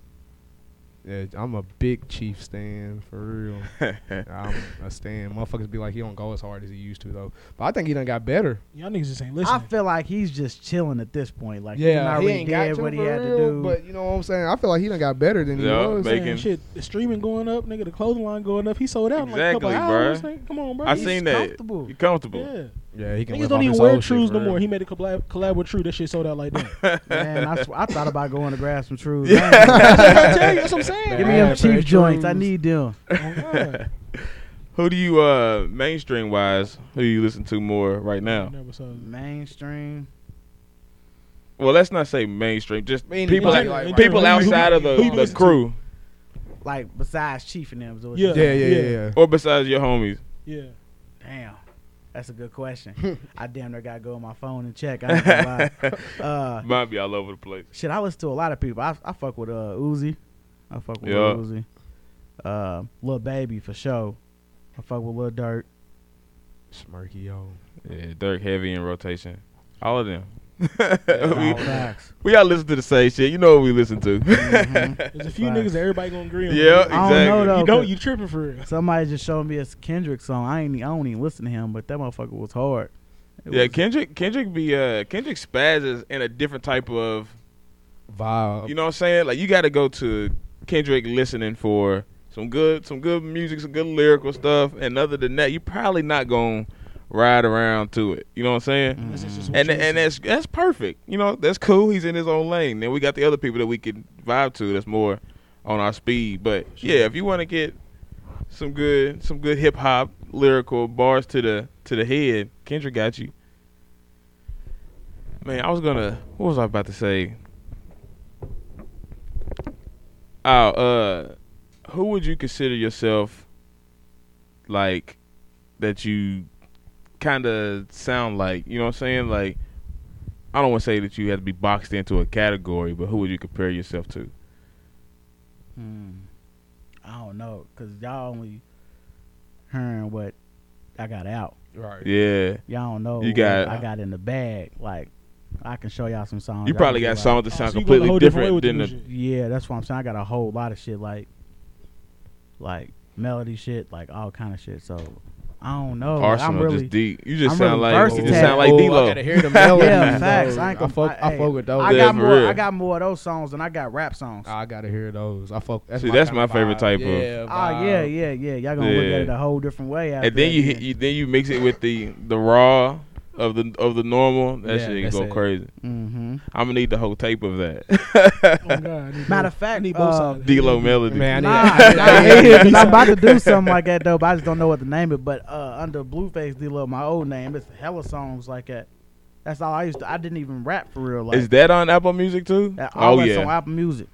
Speaker 4: Yeah, I'm a big Chief stan for real.
Speaker 3: (laughs)
Speaker 4: I'm a stan. Motherfuckers be like, he don't go as hard as he used to though. But I think he done got better.
Speaker 5: Y'all niggas just ain't
Speaker 6: I
Speaker 5: listening.
Speaker 6: feel like he's just chilling at this point. Like yeah, he, done already did what he had to do.
Speaker 4: But you know what I'm saying? I feel like he done got better than
Speaker 3: Yeah,
Speaker 4: he was.
Speaker 3: but-
Speaker 5: Man,
Speaker 3: Bacon.
Speaker 5: shit, the streaming going up, nigga. The clothing line going up. He sold out in like a couple
Speaker 3: Exactly,
Speaker 5: hours.
Speaker 3: bruh.
Speaker 5: Nigga. Come on, bro.
Speaker 3: I
Speaker 5: He's-
Speaker 3: seen that.
Speaker 6: comfortable.
Speaker 3: You're comfortable.
Speaker 5: Yeah,
Speaker 4: Yeah, he
Speaker 5: niggas don't even wear trues no more. He made a collab, collab with True. That shit sold out like
Speaker 3: (laughs)
Speaker 5: that. (laughs)
Speaker 6: man, I, sw- I thought about going to grab some truths.
Speaker 5: that's what I'm telling you. That's what I'm saying.
Speaker 6: Give me
Speaker 4: Yeah,
Speaker 6: them
Speaker 4: bro,
Speaker 6: chief joints. I
Speaker 4: Trues.
Speaker 6: need them.
Speaker 5: Oh,
Speaker 3: (laughs)
Speaker 5: God.
Speaker 3: Who do you uh mainstream wise? Who you listen to more right
Speaker 5: I
Speaker 3: now?
Speaker 5: never saw that.
Speaker 6: Mainstream.
Speaker 3: Well, let's not say mainstream. Just
Speaker 4: Meaning
Speaker 3: people
Speaker 5: like-
Speaker 3: like-
Speaker 5: like-
Speaker 3: people
Speaker 5: who-
Speaker 3: outside of the,
Speaker 5: who you
Speaker 3: the
Speaker 5: listen to?
Speaker 3: crew
Speaker 6: Like besides Chief and them. So yeah.
Speaker 5: Yeah.
Speaker 4: (laughs) Yeah, yeah, yeah.
Speaker 5: Yeah.
Speaker 4: yeah.
Speaker 3: or besides your homies.
Speaker 5: Yeah.
Speaker 6: Damn. That's a good question. I damn near gotta go on my phone and check. I ain't gonna lie. Uh,
Speaker 3: Might be all over the place.
Speaker 6: shit, I listen to a lot of people. I, I fuck with uh, Uzi. I fuck with
Speaker 3: Yeah.
Speaker 6: Lil Uzi. Uh, Lil Baby for sure. I fuck with Lil Dirt.
Speaker 4: Smirky yo.
Speaker 3: Yeah, Dirk heavy in rotation. All of (laughs) them.
Speaker 6: All
Speaker 3: we,
Speaker 6: facts.
Speaker 3: we all listen to the same shit. You know what we listen to.
Speaker 6: Mm-hmm.
Speaker 3: (laughs)
Speaker 5: There's a few
Speaker 6: Facts.
Speaker 5: niggas that everybody gonna agree on.
Speaker 3: yeah, (laughs)
Speaker 5: If
Speaker 3: exactly.
Speaker 6: I don't know though.
Speaker 5: You don't.
Speaker 6: cause
Speaker 5: You tripping for real.
Speaker 6: Somebody just showed me a Kendrick song. I ain't. I don't even listen to him, but that motherfucker was hard. It
Speaker 3: Yeah,
Speaker 6: was-
Speaker 3: Kendrick Kendrick be uh Kendrick Spaz is in a different type of
Speaker 4: Vibe.
Speaker 3: you know what I'm saying? Like you gotta go to Kendrick listening for some good some good music, some good lyrical stuff, and other than that, you probably not gonna ride around to it. You know what I'm saying?
Speaker 5: This is just what
Speaker 3: And
Speaker 5: you
Speaker 3: and
Speaker 5: listen
Speaker 3: that's that's perfect. You know, that's cool. He's in his own lane. Then we got the other people that we can vibe to that's more on our speed. But yeah, if you wanna get some good some good hip hop lyrical bars to the to the head, Kendrick got you. Man, I was gonna. What was I about to say? Oh, uh, who would you consider yourself like that you kind of sound like? You know what I'm saying? Like, I don't want to say that you have to be boxed into a category, but who would you compare yourself to?
Speaker 6: Hmm. I don't know, cause y'all only hearing what I got out.
Speaker 4: Right.
Speaker 3: Yeah,
Speaker 6: Y'all don't know.
Speaker 3: You
Speaker 6: what
Speaker 3: got-
Speaker 6: I got in the bag. Like I can show y'all some songs.
Speaker 3: You
Speaker 6: I
Speaker 3: probably
Speaker 6: feel
Speaker 3: got
Speaker 6: like-
Speaker 3: songs that
Speaker 5: Oh,
Speaker 3: sound
Speaker 5: so you go the
Speaker 3: completely
Speaker 5: whole different way
Speaker 3: different
Speaker 5: with the
Speaker 3: than the.
Speaker 5: music.
Speaker 6: Yeah, that's what I'm saying. I got a whole lot of shit like, like melody shit, like all kind of shit. So I don't know. Like, Oh, I'm
Speaker 3: Arsenal
Speaker 6: really
Speaker 3: just deep. You just
Speaker 6: I'm
Speaker 3: sound
Speaker 6: really
Speaker 3: like you just
Speaker 6: versatile.
Speaker 3: sound like
Speaker 4: Oh, I
Speaker 3: D-Lo.
Speaker 4: gotta hear the melodies,
Speaker 6: (laughs) yeah
Speaker 4: though.
Speaker 6: facts. I ain't gonna
Speaker 4: fuck, I,
Speaker 6: hey,
Speaker 4: fuck with those.
Speaker 6: I
Speaker 3: Yeah,
Speaker 6: got
Speaker 3: for
Speaker 6: more.
Speaker 3: real.
Speaker 6: I got more of those songs than I got rap songs.
Speaker 4: Ah, I gotta hear those. I fuck. That's
Speaker 3: See,
Speaker 4: my
Speaker 3: that's
Speaker 4: kinda
Speaker 3: my favorite
Speaker 4: vibe.
Speaker 3: type of- uh,
Speaker 4: Yeah,
Speaker 6: Ah,
Speaker 4: vibe.
Speaker 6: yeah, yeah, yeah. Y'all gonna look
Speaker 3: Yeah.
Speaker 6: at it a whole different way. After
Speaker 3: and then
Speaker 6: that,
Speaker 3: you,
Speaker 6: yeah.
Speaker 3: hit, you then you mix it with the the raw of the of the normal. That
Speaker 4: Yeah,
Speaker 3: shit can
Speaker 4: that's
Speaker 3: go
Speaker 4: it.
Speaker 3: crazy.
Speaker 5: Mm-hmm.
Speaker 6: hmm
Speaker 3: I'm gonna need the whole tape of that. (laughs)
Speaker 5: Oh, (laughs) God, I need
Speaker 6: Matter of
Speaker 5: both-
Speaker 6: fact,
Speaker 5: I need both
Speaker 6: uh,
Speaker 5: sides.
Speaker 3: D-Lo melody.
Speaker 4: Man,
Speaker 6: Nah,
Speaker 4: I
Speaker 6: nah,
Speaker 4: need that.
Speaker 6: it is, 'cause I'm about to do something like that though, but I just don't know what to name it. But uh, under Blueface D Love, my old name, it's hella songs like that. That's all I used to. I didn't even rap for real. Like
Speaker 3: Is that on Apple Music too?
Speaker 6: that- all
Speaker 3: Oh
Speaker 6: that's on
Speaker 3: yeah.
Speaker 6: Apple Music.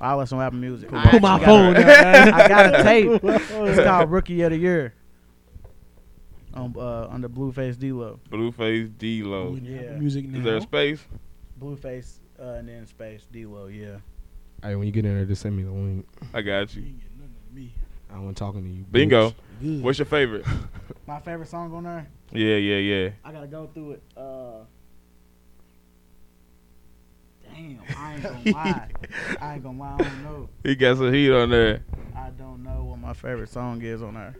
Speaker 6: All that's on Apple Music. I
Speaker 5: Pull
Speaker 6: actually
Speaker 5: my
Speaker 6: got a-
Speaker 5: phone out. man.
Speaker 6: I got a
Speaker 5: (laughs)
Speaker 6: tape. It's called Rookie of the Year. On uh, under Blueface D Love.
Speaker 3: Blueface D-Lo.
Speaker 5: We need
Speaker 6: Yeah.
Speaker 5: Music now.
Speaker 3: Is there a space?
Speaker 6: Blueface uh, and then space D Lo. Yeah.
Speaker 4: Hey, when you get in there, just send me the link.
Speaker 3: I got
Speaker 5: You
Speaker 3: you.
Speaker 5: ain't getting nothing out of me.
Speaker 4: I want talking to you. bitch. (laughs)
Speaker 3: Bingo.
Speaker 5: Good.
Speaker 3: What's your favorite?
Speaker 6: My favorite song on there.
Speaker 3: (laughs) Yeah, yeah, yeah.
Speaker 6: I gotta go through it. Uh, damn, I
Speaker 3: (laughs)
Speaker 6: ain't gonna lie. I ain't gonna lie. I don't know.
Speaker 3: He got some heat on there.
Speaker 6: I don't know what my favorite song is
Speaker 3: (laughs)
Speaker 6: on there.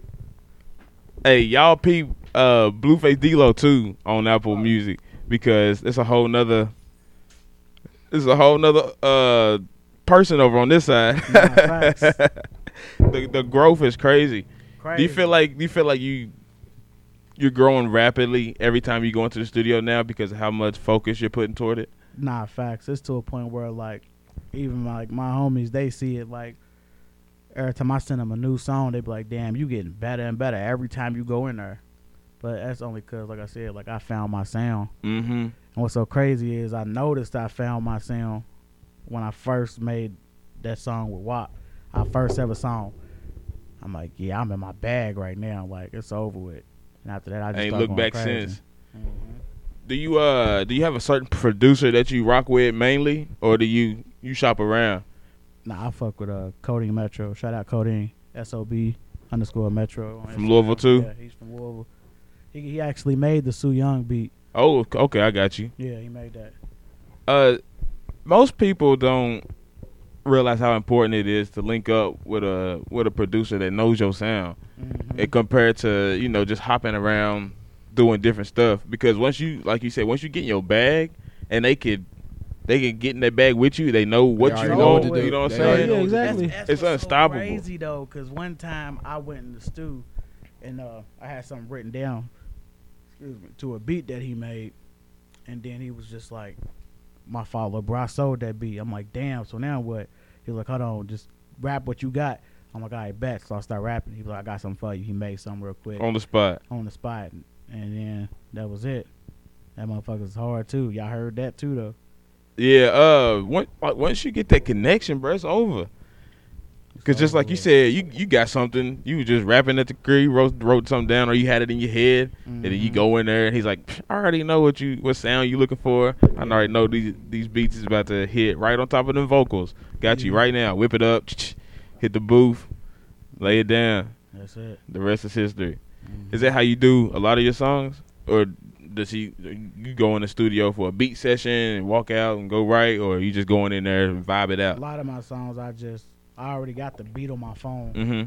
Speaker 3: Hey, y'all peep uh Blueface D-Lo too on Apple Music because it's a whole nother it's a whole nother uh person over on this side. (laughs)
Speaker 6: Nah, facts.
Speaker 3: the the growth is crazy.
Speaker 6: Crazy.
Speaker 3: Do you feel like do you feel like you you're growing rapidly every time you go into the studio now because of how much focus you're putting toward it?
Speaker 6: Nah, facts. It's to a point where like, even my, like my homies, they see it like. Every time I send them a new song, they be like, "Damn, you getting better and better every time you go in there." But that's only cause, like I said, like I found my sound.
Speaker 3: Mm-hmm.
Speaker 6: And what's so crazy is I noticed I found my sound when I first made that song with WAP. Our first ever song. I'm like, yeah, I'm in my bag right now. Like it's over with. And after that, I just
Speaker 3: ain't
Speaker 6: start
Speaker 3: looked
Speaker 6: going
Speaker 3: back
Speaker 6: crazy.
Speaker 3: since. Mm-hmm. Do you uh do you have a certain producer that you rock with mainly, or do you you shop around?
Speaker 6: Nah, I fuck with uh Coding Metro. Shout out Coding S O B underscore Metro. on
Speaker 3: From
Speaker 6: Instagram.
Speaker 3: Louisville, too?
Speaker 6: Yeah, he's from Louisville. He, he actually made the Sue Young beat.
Speaker 3: Oh, okay, I got you.
Speaker 6: Yeah, he made that.
Speaker 3: Uh, most people don't realize how important it is to link up with a with a producer that knows your sound,
Speaker 6: Mm-hmm.
Speaker 3: and compared to you know just hopping around doing different stuff. Because once you like you said, once you get in your bag, and they could they can get in their bag with you, they know what
Speaker 4: already
Speaker 3: you
Speaker 6: know
Speaker 3: want.
Speaker 6: what to do.
Speaker 3: You know what I'm
Speaker 4: They already
Speaker 3: saying?
Speaker 4: know what
Speaker 5: Yeah,
Speaker 4: to do.
Speaker 5: exactly.
Speaker 6: That's
Speaker 3: It's
Speaker 6: what's
Speaker 3: unstoppable.
Speaker 6: So crazy though, because one time I went in the stew, and uh, I had something written down, excuse me, to a beat that he made, and then he was just like, "My father, bro, I sold that beat." I'm like, "Damn!" So now what? He's like, "Hold on, just rap what you got." I'm like, "All right, bet." So I start rapping. He was like, "I got something for you." He made something real quick
Speaker 3: On the spot.
Speaker 6: on the spot, and then that was it. That motherfucker's hard too. Y'all heard that too though.
Speaker 3: Yeah, uh, once, like, once you get that connection, bro, it's over. Cause just like you said, you you got something. You was just rapping at the crib, you wrote wrote something down, or you had it in your head, and then you go in there, and he's like, "Psh, "I already know what you what sound you looking for. I already know these these beats is about to hit right on top of them vocals. Got you right now. Whip it up, hit the booth, lay it down.
Speaker 6: That's it.
Speaker 3: The rest is history. Is that how you do a lot of your songs, or does he you go in the studio for a beat session and walk out and go right, or you just going in there and vibe it
Speaker 6: A
Speaker 3: out?
Speaker 6: lot of my songs, I just I already got the beat on my phone.
Speaker 3: Mm-hmm.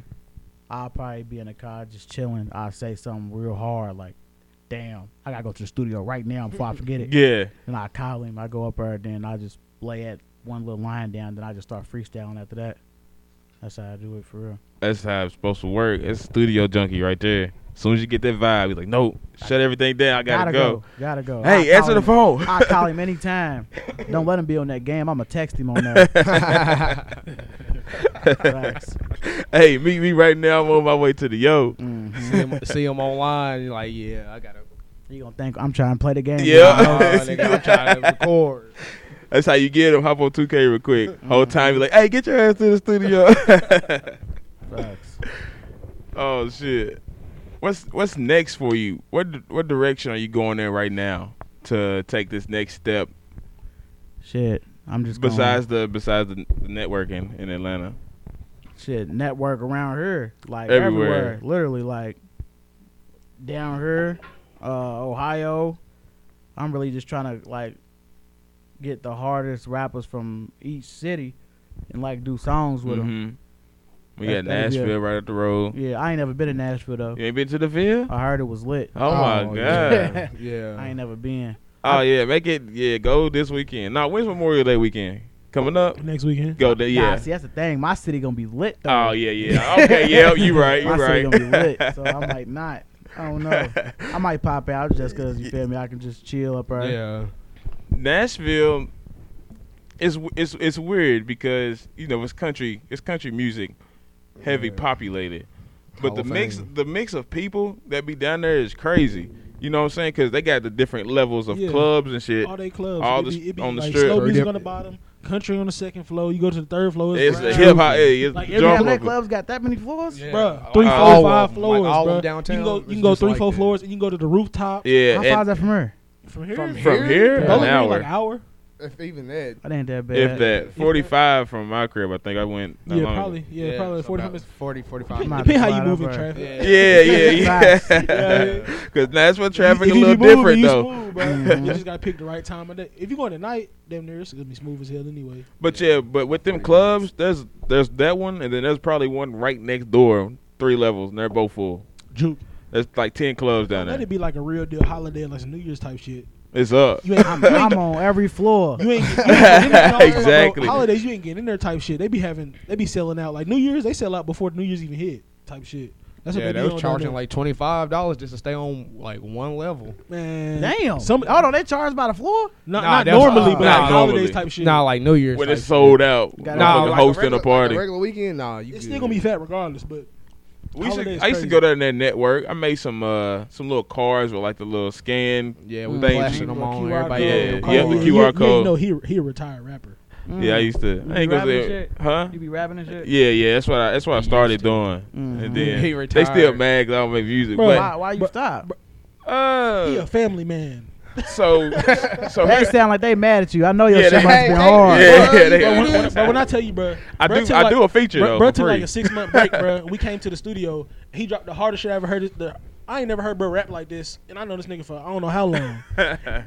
Speaker 6: I'll probably be in the car just chilling. I'll say something real hard like, damn, I gotta go to the studio right now before I forget it.
Speaker 3: Yeah.
Speaker 6: And I call him, I go up there, then I just lay at one little line down, then I just start freestyling after that. That's how I do it for real.
Speaker 3: That's how it's supposed to work. It's studio junkie right there. As soon as you get that vibe, you're like, nope, shut everything down. I gotta, go.
Speaker 6: Gotta go.
Speaker 3: Hey,
Speaker 6: I'll
Speaker 3: answer
Speaker 6: call
Speaker 3: the
Speaker 6: him-
Speaker 3: phone.
Speaker 6: I'll
Speaker 3: (laughs)
Speaker 6: call him anytime. Don't let him be on that game. I'ma text him
Speaker 3: (laughs)
Speaker 6: on there. Facts.
Speaker 3: hey, meet me right now. I'm on my way to the yo.
Speaker 6: Mhm.
Speaker 4: see, him, see him online. You're like, yeah,
Speaker 3: (laughs)
Speaker 4: I gotta.
Speaker 6: You gonna think I'm trying to play the game.
Speaker 3: Yeah.
Speaker 4: Oh, nigga, I'm trying to record.
Speaker 3: That's how you get them. Hop on 2K real quick. Whole time you're like, hey, get your ass to the studio. (laughs)
Speaker 6: Facts.
Speaker 3: oh shit. What's what's next for you? What what direction are you going in right now to take this next step?
Speaker 6: Shit. I'm just going-
Speaker 3: Besides the besides the, the networking in Atlanta.
Speaker 6: shit network around here, like
Speaker 3: Everywhere.
Speaker 6: everywhere, literally like down here, uh, Ohio. I'm really just trying to like get the hardest rappers from each city and like do songs with them.
Speaker 3: Mhm. We got
Speaker 6: That- that'd be a-
Speaker 3: Nashville right up the road.
Speaker 6: Yeah, I ain't never been to Nashville though.
Speaker 3: You ain't been to the field?
Speaker 6: I heard it was lit.
Speaker 3: (laughs) Oh, my god.
Speaker 4: Yeah. (laughs)
Speaker 6: (laughs) I
Speaker 4: yeah.
Speaker 6: ain't never been.
Speaker 3: Oh yeah, make it yeah, go this weekend. Now when's Memorial Day weekend? Coming up?
Speaker 5: Next weekend.
Speaker 3: Go there,
Speaker 6: Yeah.
Speaker 3: yeah.
Speaker 6: see, that's the thing. My city gonna be lit though.
Speaker 3: Oh yeah, yeah. Okay,
Speaker 6: (laughs)
Speaker 3: yeah, you right, you
Speaker 6: My city
Speaker 3: right.
Speaker 6: gonna be lit, so I might not. I don't know.
Speaker 3: (laughs)
Speaker 6: I might pop out just cause you feel me. I can just chill
Speaker 3: (laughs)
Speaker 6: up right.
Speaker 4: Yeah.
Speaker 3: Nashville is it's it's weird because you know it's country it's country music, heavy
Speaker 4: Yeah.
Speaker 3: populated, but
Speaker 4: Hall
Speaker 3: the
Speaker 4: of
Speaker 3: mix
Speaker 4: Fame.
Speaker 3: the mix of people that be down there is crazy. You know what I'm saying? Because they got the different levels of
Speaker 5: Yeah.
Speaker 3: clubs and shit.
Speaker 5: All day clubs.
Speaker 3: All
Speaker 5: it
Speaker 3: the-
Speaker 5: be, it be
Speaker 3: on the
Speaker 5: like
Speaker 3: strip.
Speaker 5: slow
Speaker 4: Or
Speaker 5: music
Speaker 4: dip-
Speaker 5: on the bottom, country on the second floor. You go to the third floor.
Speaker 3: It's a
Speaker 5: brown.
Speaker 3: hip hop. Hey, it's
Speaker 5: Like every
Speaker 3: drum
Speaker 6: Damn, that
Speaker 3: up.
Speaker 6: club's got that many floors.
Speaker 4: Yeah.
Speaker 5: Bruh, three, four,
Speaker 4: all
Speaker 5: five
Speaker 4: of 'em, like,
Speaker 5: floors,
Speaker 4: all of 'em
Speaker 5: bruh.
Speaker 4: downtown,
Speaker 5: You can go,
Speaker 4: it's
Speaker 5: you can go
Speaker 4: just
Speaker 5: three,
Speaker 4: like
Speaker 5: four
Speaker 4: that.
Speaker 5: floors, and you can go to the rooftop.
Speaker 3: Yeah,
Speaker 6: How far is
Speaker 3: and
Speaker 6: that from here?
Speaker 5: From here,
Speaker 4: From
Speaker 3: from here
Speaker 5: Bowling
Speaker 3: an
Speaker 5: Green,
Speaker 3: hour,
Speaker 5: like an hour.
Speaker 4: If even that.
Speaker 6: That ain't that bad.
Speaker 3: if that. 45 from my crib, I think I went. not
Speaker 5: Yeah,
Speaker 3: long ago.
Speaker 5: probably. Yeah, probably
Speaker 4: it's
Speaker 5: forty
Speaker 4: about
Speaker 5: minutes.
Speaker 4: 40, (laughs) 45
Speaker 6: Might
Speaker 4: minutes.
Speaker 5: Depends how you
Speaker 6: fly
Speaker 5: move in
Speaker 6: over.
Speaker 5: traffic.
Speaker 3: Yeah, yeah,
Speaker 6: Facts.
Speaker 3: (laughs) yeah. Because that's what traffic
Speaker 5: If
Speaker 3: a
Speaker 5: you
Speaker 3: little
Speaker 5: be moving,
Speaker 3: different
Speaker 5: you
Speaker 3: though.
Speaker 5: Smooth, bro.
Speaker 6: Mhm.
Speaker 5: You just gotta pick the right time of day. If you going at night, damn near it's gonna be smooth as hell anyway.
Speaker 3: But yeah, but with them clubs, there's there's that one, and then there's probably one right next door, three levels, and they're both full.
Speaker 5: Juke.
Speaker 3: There's like ten clubs down there.
Speaker 5: That'd be like a real deal holiday, like some New Year's type shit.
Speaker 3: It's up.
Speaker 5: You ain't,
Speaker 6: I'm,
Speaker 3: (laughs)
Speaker 5: you ain't,
Speaker 6: I'm on every floor.
Speaker 5: you ain't, you ain't getting in there. No, I'm talking about
Speaker 3: Exactly.
Speaker 5: Holidays, you ain't getting in there type shit. They be having, they be selling out like New Year's. They sell out before New Year's even hit type shit. That's what
Speaker 4: Yeah,
Speaker 5: they,
Speaker 4: they
Speaker 5: be
Speaker 4: was
Speaker 5: on
Speaker 4: charging
Speaker 5: down
Speaker 4: like twenty five dollars just to stay on like one level.
Speaker 5: there. man.
Speaker 6: Damn.
Speaker 5: Some,
Speaker 6: Some, hold on, they charged by the floor?
Speaker 5: not,
Speaker 4: Nah,
Speaker 5: not
Speaker 4: that was-
Speaker 5: normally,
Speaker 4: uh,
Speaker 5: but
Speaker 3: Not
Speaker 5: like holidays
Speaker 3: normally.
Speaker 5: type shit.
Speaker 4: Nah, like New Year's.
Speaker 3: When
Speaker 4: type
Speaker 3: it's sold
Speaker 4: shit.
Speaker 3: out,
Speaker 6: Gotta-
Speaker 4: Nah,
Speaker 3: nah,
Speaker 4: like
Speaker 3: hosting
Speaker 4: regular,
Speaker 3: a party.
Speaker 4: Like regular weekend. Nah, you
Speaker 5: it's
Speaker 4: good.
Speaker 5: still gonna be fat regardless. But
Speaker 3: we used
Speaker 5: holidays
Speaker 3: to, I used to
Speaker 5: crazy.
Speaker 3: go down there and network. I made some uh some little cars with like the little scan.
Speaker 4: Yeah, we
Speaker 3: Thank you.
Speaker 4: flashing them on
Speaker 5: QR
Speaker 4: everybody.
Speaker 3: code.
Speaker 4: had them
Speaker 3: Yeah, yeah, the
Speaker 4: cards.
Speaker 5: you-
Speaker 3: QR
Speaker 5: you- You
Speaker 3: code.
Speaker 5: know, he he a retired rapper.
Speaker 3: Yeah, I used to. I ain't gonna
Speaker 6: rapping
Speaker 3: say,
Speaker 6: and shit?
Speaker 3: huh?
Speaker 6: You be rapping and shit?
Speaker 3: Yeah, yeah, that's what I, that's what I started doing,
Speaker 6: Mhm.
Speaker 3: and then
Speaker 4: Mm-hmm. (laughs) He
Speaker 3: they still
Speaker 4: retired.
Speaker 3: mad 'cause I don't make music.
Speaker 5: Bro,
Speaker 6: Why, why you
Speaker 5: But-
Speaker 6: stop?
Speaker 3: but uh,
Speaker 4: (laughs)
Speaker 5: He a family man.
Speaker 3: so so
Speaker 6: That sound like they mad at you. I know your
Speaker 3: Yeah,
Speaker 6: shit
Speaker 3: they-
Speaker 6: must have been
Speaker 4: hey,
Speaker 6: hard.
Speaker 4: hey,
Speaker 3: Yeah,
Speaker 4: Bruh,
Speaker 3: they-
Speaker 4: you
Speaker 5: But
Speaker 4: gonna
Speaker 5: when,
Speaker 3: (laughs)
Speaker 4: do
Speaker 5: when,
Speaker 4: it.
Speaker 5: but when I tell you, bro,
Speaker 3: I do I do a feature
Speaker 5: Bro,
Speaker 3: though.
Speaker 5: bro
Speaker 3: for
Speaker 5: took
Speaker 3: free.
Speaker 5: like a six
Speaker 3: (laughs)
Speaker 5: month break, bro. We came to the studio. He dropped the hardest shit I ever heard. The, I ain't never heard bro rap like this, and I know this nigga for I don't know how long.
Speaker 3: (laughs)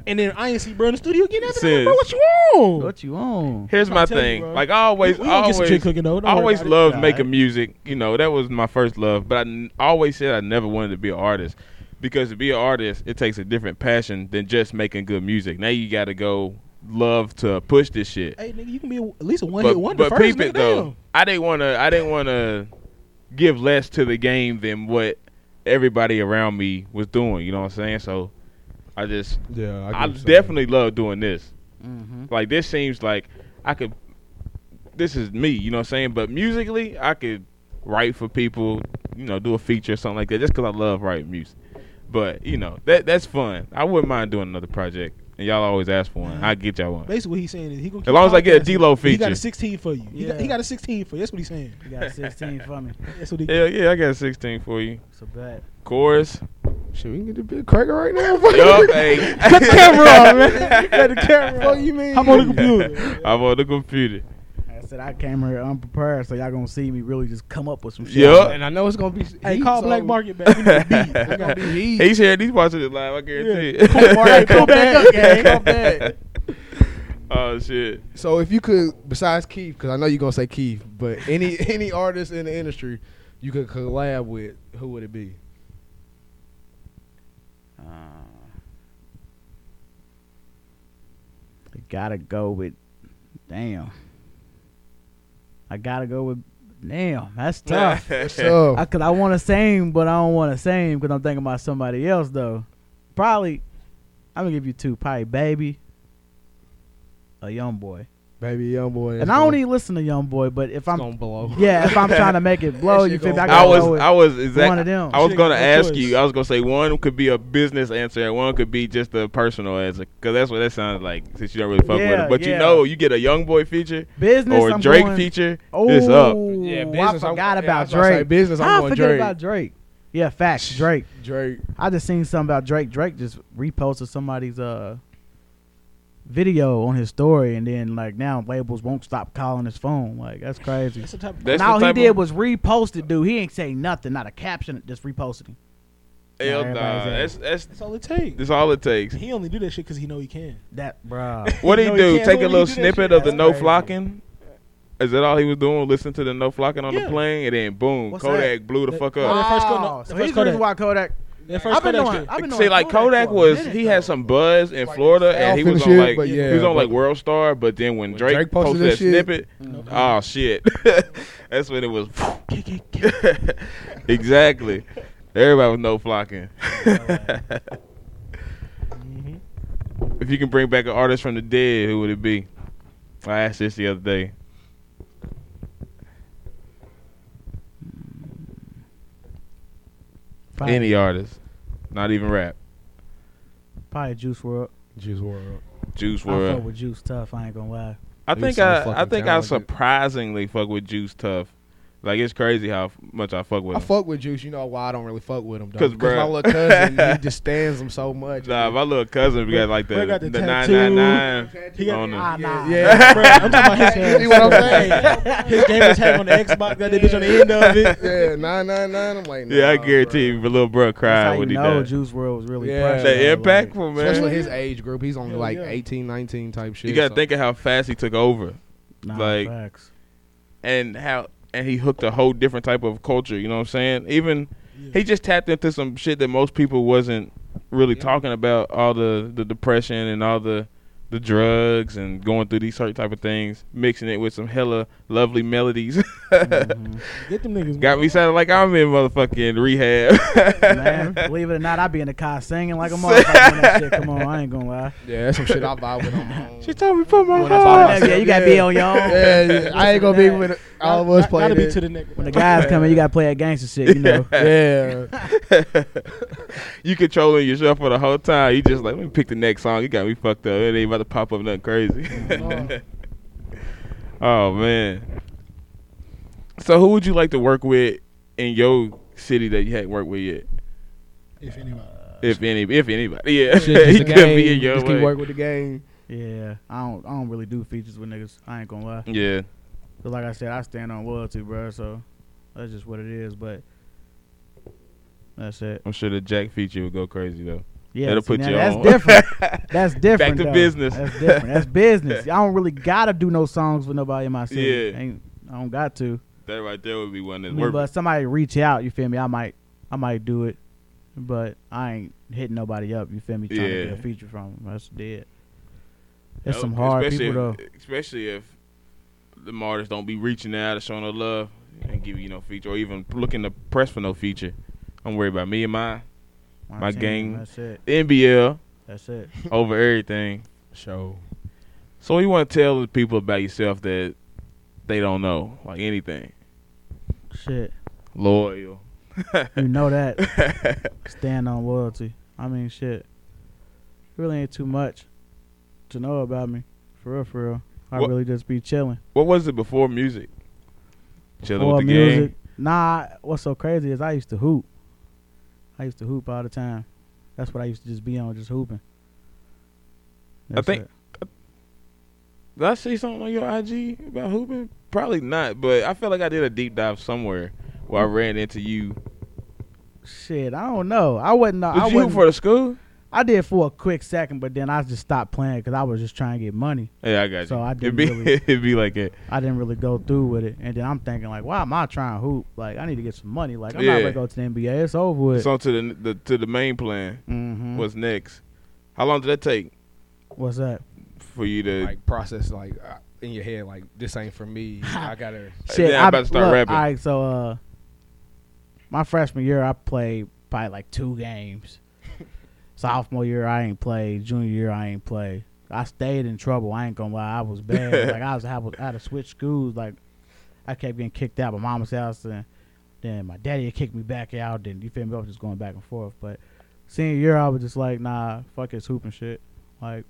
Speaker 5: and then I ain't see bro in the studio again. After that,
Speaker 3: Sis.
Speaker 5: bro, what you want?
Speaker 6: What you on?
Speaker 3: Here's
Speaker 5: I'm
Speaker 3: my
Speaker 5: telling you,
Speaker 3: thing.
Speaker 5: bro.
Speaker 3: like I always,
Speaker 5: We- we
Speaker 3: I
Speaker 5: gonna get some
Speaker 3: always,
Speaker 5: shit cooking, though. Don't
Speaker 3: I
Speaker 5: worry
Speaker 3: always
Speaker 5: about it.
Speaker 3: loved
Speaker 6: Nah,
Speaker 3: making
Speaker 6: I-
Speaker 3: music. You know, that was my first love. But I n- I always said I never wanted to be an artist because to be an artist, it takes a different passion than just making good music. Now you got to go love to push this shit.
Speaker 5: Hey, nigga, you can be a, at least a one
Speaker 3: but
Speaker 5: hit wonder
Speaker 3: but
Speaker 5: first.
Speaker 3: peep
Speaker 5: nigga,
Speaker 3: it though.
Speaker 5: damn.
Speaker 3: I didn't want to. I didn't want to give less to the game than what everybody around me was doing. You know what I'm saying? So I just
Speaker 4: Yeah, I, get
Speaker 3: I,
Speaker 4: what you're saying.
Speaker 3: definitely love doing this.
Speaker 6: Mm-hmm.
Speaker 3: Like this seems like I could. This is me, you know what I'm saying. But musically, I could write for people, you know, do a feature or something like that, just because I love writing music. But you know that that's fun. I wouldn't mind doing another project, and y'all always ask for one. I get y'all one.
Speaker 5: Basically, what he's saying is he gonna.
Speaker 3: As long as I get a
Speaker 5: podcasting.
Speaker 3: D-Lo
Speaker 5: he got
Speaker 3: feature.
Speaker 5: a sixteen for you. He, got,
Speaker 6: Yeah.
Speaker 5: he got a sixteen for you. That's what he's saying.
Speaker 6: You got 16 for me.
Speaker 5: That's what he.
Speaker 3: Yeah, yeah, I got 16 for you.
Speaker 6: So bad.
Speaker 3: Chorus.
Speaker 4: Shit, we can get a bit cracker right now. Fuck
Speaker 3: Yup, hey. (laughs)
Speaker 4: Cut the camera off, man. Cut the camera. What you mean?
Speaker 5: I'm on the computer.
Speaker 3: (laughs) I'm on the computer.
Speaker 6: I said I came here unprepared, so y'all gonna see me really just come up with some shit.
Speaker 3: Yup.
Speaker 4: And I know it's gonna be.
Speaker 5: Hey,
Speaker 4: heat,
Speaker 5: call
Speaker 4: so-
Speaker 5: Black Market back. We need a beat.
Speaker 3: (laughs)
Speaker 5: We gonna be-
Speaker 3: He's here. and He's watching it live. I guarantee
Speaker 6: Come on,
Speaker 3: it.
Speaker 6: Mark, come back up, gang. Come back.
Speaker 3: (laughs) oh shit.
Speaker 4: So if you could, besides Keith, because I know you're gonna say Keith, but
Speaker 3: (laughs)
Speaker 4: any any artist in the industry you could collab with, who would it be?
Speaker 6: Uh, I gotta go with damn. I gotta go with damn.
Speaker 3: (laughs)
Speaker 6: That's tough.
Speaker 4: So
Speaker 6: I, Cause I want to same, but I don't want to same because I'm thinking about somebody else though. Probably, I'm gonna give you two. Probably baby, a young boy,
Speaker 4: baby, young boy,
Speaker 6: and I don't even listen to young boy. But if I'm
Speaker 4: gonna blow.
Speaker 6: yeah, if I'm trying to make
Speaker 4: (laughs)
Speaker 6: it blow,
Speaker 4: shit
Speaker 6: you feel me?
Speaker 4: gonna-
Speaker 6: I,
Speaker 3: I
Speaker 6: gotta
Speaker 3: was
Speaker 6: go with-
Speaker 3: I was
Speaker 6: one of
Speaker 3: exactly
Speaker 6: them.
Speaker 3: I was
Speaker 5: Shit,
Speaker 3: gonna
Speaker 5: no
Speaker 3: ask
Speaker 5: choice.
Speaker 3: you. I was gonna say one could be a business answer and one could be just a personal answer because that's what that sounds like since you don't really fuck with
Speaker 6: Yeah,
Speaker 3: him. But
Speaker 6: yeah.
Speaker 3: you know, you get a young boy feature
Speaker 6: business
Speaker 3: or a
Speaker 6: I'm
Speaker 3: Drake
Speaker 6: going,
Speaker 3: feature,
Speaker 6: Oh,
Speaker 3: it's up.
Speaker 4: Yeah,
Speaker 6: I
Speaker 4: business, I'm-
Speaker 6: forgot
Speaker 4: yeah, I
Speaker 6: about
Speaker 4: was about to say,
Speaker 6: Drake.
Speaker 4: business, I'm
Speaker 6: How I
Speaker 4: going
Speaker 6: forget
Speaker 4: Drake.
Speaker 6: about Drake. Yeah, facts. Drake.
Speaker 4: Drake.
Speaker 6: I just seen something about Drake. Drake just reposted somebody's uh video on his story, and then like now labels won't stop calling his phone. Like that's crazy.
Speaker 5: That's the type.
Speaker 3: That's
Speaker 6: and all
Speaker 3: the
Speaker 6: he
Speaker 3: type
Speaker 6: did
Speaker 3: of-
Speaker 6: was repost it, dude. He ain't say nothing, not a caption, just reposted him.
Speaker 3: Hell nah,
Speaker 6: everybody's at it.
Speaker 3: that's that's
Speaker 5: That's all it takes.
Speaker 3: that's all it takes.
Speaker 5: He only do that shit because he know he can.
Speaker 6: That
Speaker 5: (laughs)
Speaker 6: bro.
Speaker 3: What did
Speaker 5: No,
Speaker 3: he
Speaker 5: you
Speaker 3: do?
Speaker 5: can't
Speaker 3: Take
Speaker 5: do
Speaker 3: a
Speaker 5: it.
Speaker 3: little
Speaker 5: You do that
Speaker 3: snippet
Speaker 5: shit.
Speaker 3: of the
Speaker 5: That's
Speaker 3: no
Speaker 5: crazy.
Speaker 3: flocking. Is that all he was doing? Listen to the no flocking on
Speaker 5: Yeah.
Speaker 3: the plane, and then boom,
Speaker 6: What's
Speaker 3: Kodak
Speaker 6: that?
Speaker 3: blew the
Speaker 5: The-
Speaker 3: fuck
Speaker 5: Oh,
Speaker 3: up.
Speaker 5: that first Kodak-
Speaker 6: Oh,
Speaker 5: the
Speaker 6: so
Speaker 5: first
Speaker 6: he's the reason
Speaker 5: Kodak.
Speaker 6: why Kodak.
Speaker 5: That first
Speaker 6: I've been
Speaker 5: Kodak
Speaker 6: knowing.
Speaker 5: shit.
Speaker 6: I've been knowing
Speaker 3: See, like Kodak
Speaker 6: for a
Speaker 3: was,
Speaker 6: minute,
Speaker 3: he had
Speaker 6: though.
Speaker 3: some buzz in Florida, and he
Speaker 4: self
Speaker 3: was
Speaker 4: and
Speaker 3: on
Speaker 4: shit,
Speaker 3: like
Speaker 4: but
Speaker 3: he was
Speaker 4: yeah,
Speaker 3: on like
Speaker 4: but-
Speaker 3: World Star. But then when Drake,
Speaker 4: Drake posted
Speaker 3: posted,
Speaker 4: that
Speaker 3: that
Speaker 4: shit- mm-hmm.
Speaker 3: snippet, oh shit, (laughs) that's when it was. (laughs) exactly, everybody was no flocking. (laughs)
Speaker 4: Mm-hmm.
Speaker 3: If you can bring back an artist from the dead, who would it be? I asked this the other day.
Speaker 6: Probably,
Speaker 3: Any artist, not even rap.
Speaker 6: probably Juice World.
Speaker 4: Juice World.
Speaker 3: Juice
Speaker 6: I fuck
Speaker 3: World.
Speaker 6: with Juice Tough. I ain't gonna lie.
Speaker 3: I
Speaker 4: He
Speaker 3: think
Speaker 4: so
Speaker 3: I, I
Speaker 4: fucking
Speaker 3: think
Speaker 4: talented.
Speaker 3: I surprisingly fuck with Juice Tough. Like it's crazy how f- much I fuck with.
Speaker 4: I
Speaker 3: him.
Speaker 4: fuck with Juice. You know why I don't really fuck with him, though.
Speaker 3: 'Cause,
Speaker 4: Because my
Speaker 3: bruh.
Speaker 4: little cousin,
Speaker 3: (laughs)
Speaker 4: he just stands him so much.
Speaker 3: Nah, my little cousin we got like the
Speaker 5: Bro got
Speaker 3: the
Speaker 5: the
Speaker 3: nine nine
Speaker 5: tattoo.
Speaker 3: nine
Speaker 5: He got-
Speaker 3: on
Speaker 6: Ah,
Speaker 3: the
Speaker 6: nah.
Speaker 4: yeah.
Speaker 5: Bro, I'm talking about his
Speaker 4: You see what (laughs) I'm
Speaker 5: (laughs)
Speaker 4: saying?
Speaker 5: His game was hacked on the Xbox. Got that bitch on the end of it.
Speaker 4: (laughs) yeah, nine nine nine. I'm like, nah,
Speaker 3: yeah. I guarantee you, little bro
Speaker 6: That's
Speaker 3: cried
Speaker 6: how you
Speaker 3: when he
Speaker 6: know
Speaker 3: died.
Speaker 6: Juice World was really
Speaker 4: Yeah.
Speaker 6: yeah.
Speaker 4: The
Speaker 3: impactful,
Speaker 4: bruh. Especially
Speaker 3: man.
Speaker 4: his age group. He's only
Speaker 5: Hell
Speaker 4: like
Speaker 5: yeah.
Speaker 4: eighteen, nineteen 18, 19 type shit.
Speaker 3: You gotta
Speaker 4: so-
Speaker 3: think of how fast he took over
Speaker 6: Nah,
Speaker 3: Like- (laughs)
Speaker 6: facts.
Speaker 3: and how and he hooked a whole different type of culture. You know what I'm saying? Even he just tapped into some shit that most people wasn't really talking about. All the the depression and all the the drugs and going through these certain type of things, mixing it with some hella lovely melodies. (laughs)
Speaker 6: Mm-hmm.
Speaker 5: Get them niggas.
Speaker 3: Got me sounding like I'm in motherfucking rehab. (laughs)
Speaker 4: (laughs)
Speaker 6: Man, believe it or not, I be in the car singing like a motherfucker when that shit come on. I ain't gonna lie.
Speaker 4: Yeah, that's some shit I vibe with
Speaker 3: (laughs)
Speaker 4: on my own.
Speaker 3: she told me put my
Speaker 4: When I saw
Speaker 3: heart.
Speaker 4: myself,
Speaker 6: Yeah, you gotta be on your own.
Speaker 4: Oh, Yeah, yeah, I ain't
Speaker 6: (laughs)
Speaker 4: gonna be with all of us
Speaker 5: Gotta-
Speaker 4: playing.
Speaker 5: Gotta be
Speaker 4: it.
Speaker 5: to the neck.
Speaker 6: When the guys coming, you gotta play that gangster shit.
Speaker 4: (laughs)
Speaker 6: You know.
Speaker 3: (laughs)
Speaker 4: yeah,
Speaker 3: you controlling yourself for the whole time. You just like, let me pick the next song. You got me fucked up. It ain't about to pop up nothing crazy. (laughs) oh man. So who would you like to work with in your city that you hadn't worked with yet?
Speaker 5: if anybody.
Speaker 3: If any if anybody. Yeah.
Speaker 4: shit,
Speaker 3: (laughs)
Speaker 4: just
Speaker 3: He
Speaker 4: the
Speaker 3: could
Speaker 4: game.
Speaker 3: be in your
Speaker 4: just keep
Speaker 3: way.
Speaker 4: working with the game.
Speaker 6: Yeah, I don't. I don't really do features with niggas. I ain't gonna lie.
Speaker 3: Yeah.
Speaker 6: But like I said, I stand on loyalty, bro. So that's just what it is. But that's it.
Speaker 3: I'm sure the Jack feature would go crazy though.
Speaker 6: Yeah,
Speaker 3: That'll
Speaker 6: see,
Speaker 3: put
Speaker 6: now
Speaker 3: you
Speaker 6: that's
Speaker 3: on. (laughs)
Speaker 6: different. That's different.
Speaker 3: to
Speaker 6: though.
Speaker 3: business.
Speaker 6: That's different.
Speaker 3: (laughs)
Speaker 6: That's business. I don't really gotta do no songs with nobody in my city.
Speaker 3: Yeah.
Speaker 6: Ain't, I don't got to.
Speaker 3: That right there would be one
Speaker 6: I
Speaker 3: that's
Speaker 6: mean,
Speaker 3: worth
Speaker 6: but somebody reach out. You feel me? I might. I might do it. But I ain't hitting nobody up. You feel me? Trying to
Speaker 3: Yeah.
Speaker 6: get a feature from 'em. That's dead. There's
Speaker 3: Nope,
Speaker 6: some hard
Speaker 3: especially
Speaker 6: people though.
Speaker 3: if, Especially if the artists don't be reaching out or showing no love and give you no feature, or even looking to press for no feature. I'm worried about me and my my
Speaker 6: team,
Speaker 3: gang-
Speaker 6: That's it.
Speaker 3: (laughs) NBL
Speaker 6: That's it.
Speaker 3: over everything.
Speaker 4: Show.
Speaker 3: So what you want to tell the people about yourself that they don't know, like anything.
Speaker 6: Shit.
Speaker 3: Loyal.
Speaker 6: You know that.
Speaker 3: (laughs)
Speaker 6: Stand on loyalty. I mean, shit. Really ain't too much to know about me. For real, for real. I
Speaker 3: What-
Speaker 6: really just be chilling.
Speaker 3: what was it before music? Chilling
Speaker 6: Or
Speaker 3: with the gang.
Speaker 6: Nah, what's so crazy is I used to hoop. I used to hoop all the time. That's what I used to just be on, just hooping. That's
Speaker 3: think-
Speaker 6: it.
Speaker 3: Did I see something on your IG about hooping? Probably not, but I feel like I did a deep dive somewhere where I ran into you.
Speaker 6: Shit, I don't know. I wasn't.
Speaker 3: Did
Speaker 6: I
Speaker 3: you hoop
Speaker 6: wasn't.
Speaker 3: for the school?
Speaker 6: I did for a quick second, but then I just stopped playing because I was just trying to get money.
Speaker 3: Yeah, I got you.
Speaker 6: So I
Speaker 3: it'd
Speaker 6: didn't
Speaker 3: be
Speaker 6: really-
Speaker 3: (laughs) it'd be like it.
Speaker 6: I didn't really go through with it. And then I'm thinking like, why am I trying to hoop? Like I need to get some money. Like I'm
Speaker 3: Yeah.
Speaker 6: not gonna go to the NBA. It's over with.
Speaker 3: So to the, the to the main plan,
Speaker 6: Mhm.
Speaker 3: what's next? How long did that take
Speaker 6: What's that?
Speaker 3: for you to?
Speaker 4: Like process, like uh, in your head, like this ain't for (laughs) me. I gotta.
Speaker 3: then I'm about to start
Speaker 6: look,
Speaker 3: rapping.
Speaker 6: All right, so uh, my freshman year I played probably like
Speaker 3: (laughs)
Speaker 6: two games. Sophomore year I ain't played. Junior year I ain't played. I stayed in trouble. I ain't gonna lie. I was
Speaker 3: (laughs)
Speaker 6: bad. like I was, I was I had to switch schools. Like I kept getting kicked out by mama's house and then my daddy had kicked me back out. Then you feel me? I was just going back and forth. But senior year I was just like, nah, fuck this hooping shit. Like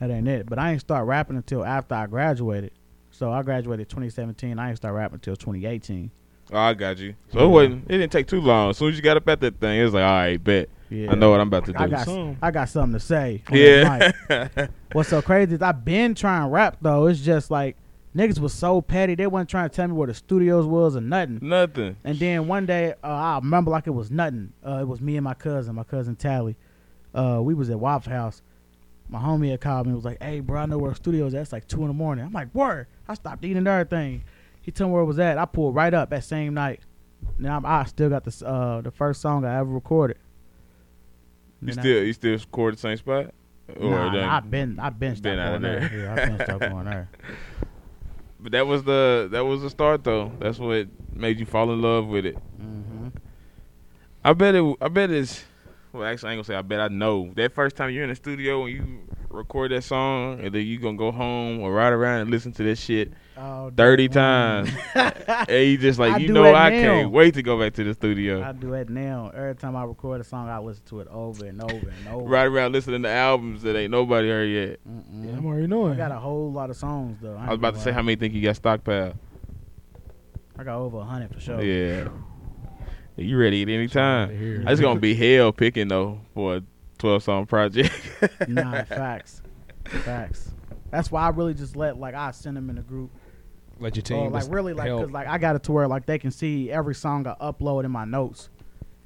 Speaker 6: that ain't it. But I ain't start rapping until after I graduated. So I graduated 2017. I ain't start rapping until 2018.
Speaker 3: oh, I got you. So it wasn't. It didn't take too long. As soon as you got up at that thing, it was like, all right, bet.
Speaker 6: Yeah.
Speaker 3: I know what I'm about to do.
Speaker 6: I got
Speaker 5: Some.
Speaker 6: I got something to say. on that
Speaker 3: yeah.
Speaker 6: mic. What's so crazy is I've been trying to rap though. It's just like Niggas was so petty. They wasn't trying to tell me where the studios was or nothing.
Speaker 3: Nothing.
Speaker 6: And then one day, uh, I remember like it was nothing. Uh, it was me and my cousin, my cousin Tally. Uh, we was at Waffle House. My homie had called me and was like, hey, bro, I know where the studios at. It's like 2 in the morning. I'm like, where? I stopped eating and everything. He told me where it was at. I pulled right up that same night. Now I'm, I still got this, uh, the first song I ever recorded.
Speaker 3: You
Speaker 6: Then I-
Speaker 3: still you still record the same spot? Or
Speaker 6: Nah,
Speaker 3: done-
Speaker 6: nah, I've been, I've been,
Speaker 3: been
Speaker 6: out
Speaker 3: outta
Speaker 6: there.
Speaker 3: there.
Speaker 6: Yeah, I've been stuck going there.
Speaker 3: but that was the that was the start though. That's what made you fall in love with it.
Speaker 6: hmm
Speaker 3: I bet it. I bet it's. Well, actually, I ain't gonna say. I bet I know. That first time you're in the studio and you record that song, and then you gonna go home or ride around and listen to this shit
Speaker 6: Oh,
Speaker 3: (laughs) thirty
Speaker 6: damn. (laughs)
Speaker 3: times, and you just like
Speaker 6: I
Speaker 3: you
Speaker 6: do
Speaker 3: know
Speaker 6: it
Speaker 3: I
Speaker 6: now.
Speaker 3: can't wait to go back to the studio.
Speaker 6: I do it now. Every time I record a song, I listen to it over and over and over.
Speaker 3: Ride around listening to albums that ain't nobody heard yet.
Speaker 6: Mm-mm.
Speaker 5: I'm already knowing.
Speaker 6: I got a whole lot of songs though.
Speaker 3: I was about to say how many think you got stockpiled.
Speaker 6: I got over hundred for sure.
Speaker 3: Yeah, you ready at any time?
Speaker 4: Here.
Speaker 3: It's gonna be hell picking though for a twelve song project. (laughs)
Speaker 6: nah, facts, facts. That's why I really just let like I send them in a group.
Speaker 4: Let your
Speaker 6: Or,
Speaker 4: team
Speaker 6: like
Speaker 4: just
Speaker 6: really like
Speaker 4: help.
Speaker 6: because like I got it to where like they can see every song I upload in my notes,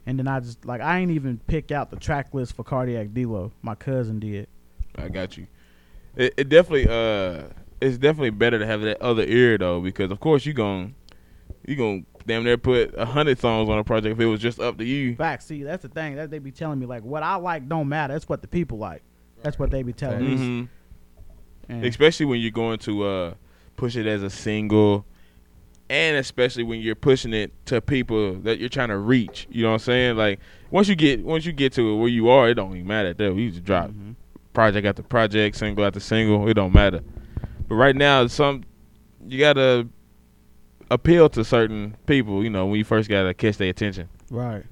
Speaker 6: and then I just like I ain't even pick out the track list for Cardiac D-Lo. My cousin did.
Speaker 3: I got you. It, it definitely uh it's definitely better to have that other ear though because of course you gon' you gon' damn near put a hundred songs on a project if it was just up to you.
Speaker 6: Facts. See, that's the thing that they be telling me like what I like don't matter. That's what the people like. That's what they be telling me.
Speaker 3: hmm
Speaker 6: And-
Speaker 3: Especially when you're going to uh push it as a single, and especially when you're pushing it to people that you're trying to reach. You know what I'm saying? Like once you get once you get to where you are, it don't even matter. That you just drop
Speaker 6: Mhm.
Speaker 3: project after project, single after single. It don't matter. But right now, some you gotta appeal to certain people. You know, when you first gotta catch their attention.
Speaker 6: Right.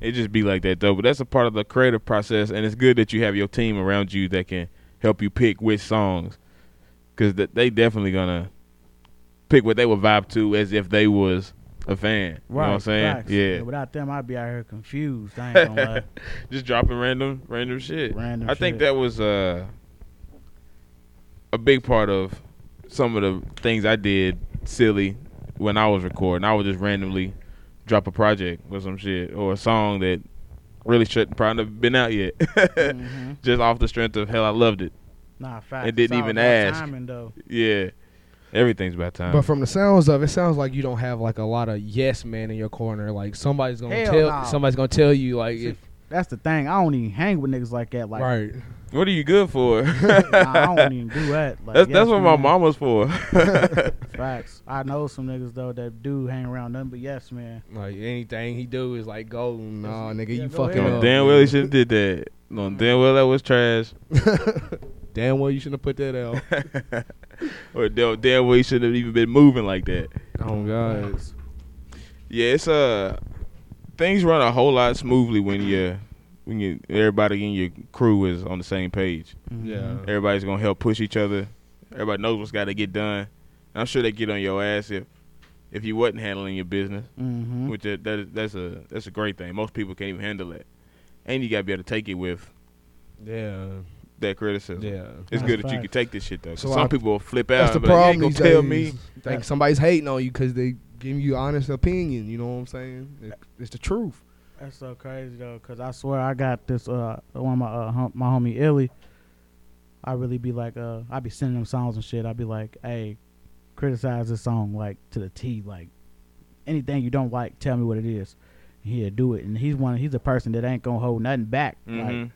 Speaker 3: It just be like that though. But that's a part of the creative process, and it's good that you have your team around you that can help you pick which songs, because th- they definitely gonna pick what they would vibe to as if they was a fan. You know what I'm saying?
Speaker 6: facts.
Speaker 3: Yeah.
Speaker 6: Without them, I'd be out here confused. I ain't gonna
Speaker 3: (laughs)
Speaker 6: lie.
Speaker 3: just dropping random random shit.
Speaker 6: Random
Speaker 3: I think
Speaker 6: shit.
Speaker 3: that was uh, a big part of some of the things I did silly when I was recording. I would just randomly drop a project or some shit or a song that really shouldn't probably have been out yet. (laughs)
Speaker 6: Mhm.
Speaker 3: Just off the strength of hell I loved it.
Speaker 6: Nah, facts.
Speaker 3: It didn't
Speaker 6: It's all
Speaker 3: even
Speaker 6: about
Speaker 3: ask.
Speaker 6: Timing, though.
Speaker 3: Yeah. Everything's about time.
Speaker 4: But from the sounds of it, sounds like you don't have like a lot of yes man in your corner. Like somebody's gonna
Speaker 6: Hell
Speaker 4: tell
Speaker 6: no.
Speaker 4: somebody's gonna tell you like
Speaker 6: See,
Speaker 4: if,
Speaker 6: That's the thing. I don't even hang with niggas like that. Like,
Speaker 4: right.
Speaker 3: what are you good for? (laughs)
Speaker 6: (laughs) nah, I don't even do that. Like,
Speaker 3: that's
Speaker 6: yes,
Speaker 3: that's what my
Speaker 6: man.
Speaker 3: mama's
Speaker 6: (laughs)
Speaker 3: for. (laughs)
Speaker 6: Facts. I know some niggas though that do hang around nothing but yes, man.
Speaker 4: Like anything he do is like gold. Nah, nigga,
Speaker 6: Yeah,
Speaker 4: you
Speaker 6: go
Speaker 4: fucking
Speaker 6: ahead.
Speaker 3: No,
Speaker 4: up.
Speaker 3: damn well he should have did that. No, damn well that was trash.
Speaker 4: (laughs) Damn well you shouldn't have put that out.
Speaker 3: (laughs) or damn, damn well he shouldn't have even been moving like that.
Speaker 4: oh god.
Speaker 6: Facts.
Speaker 3: Yeah, it's uh things run a whole lot smoothly when you when you everybody in your crew is on the same page.
Speaker 4: Yeah.
Speaker 3: Everybody's gonna help push each other. Everybody knows what's got to get done. And I'm sure they get on your ass if if you wasn't handling your business,
Speaker 6: Mm-hmm.
Speaker 3: which that, that is- that's a that's a great thing. Most people can't even handle it, and you gotta be able to take it with
Speaker 4: Yeah.
Speaker 3: that criticism.
Speaker 4: Yeah.
Speaker 3: It's
Speaker 6: That's
Speaker 3: good that you
Speaker 6: facts.
Speaker 3: can take this shit though. 'cause
Speaker 4: So
Speaker 3: some
Speaker 4: I-
Speaker 3: people will flip out.
Speaker 4: That's the
Speaker 3: and be like,
Speaker 4: problem
Speaker 3: you ain't
Speaker 4: these
Speaker 3: gonna tell
Speaker 4: days.
Speaker 3: me.
Speaker 4: Think somebody's hating on you because they giving you honest opinion. You know what I'm saying? It- it's the truth.
Speaker 6: That's so crazy though, cause I swear I got this. Uh, one of my uh, hom- my homie Illy. I really be like, uh, I be sending them songs and shit. I be like, hey, criticize this song like to the T. Like anything you don't like, tell me what it is. He'll do it, and he's one. He's a person that ain't gonna hold nothing back.
Speaker 3: Mhm.
Speaker 6: Like,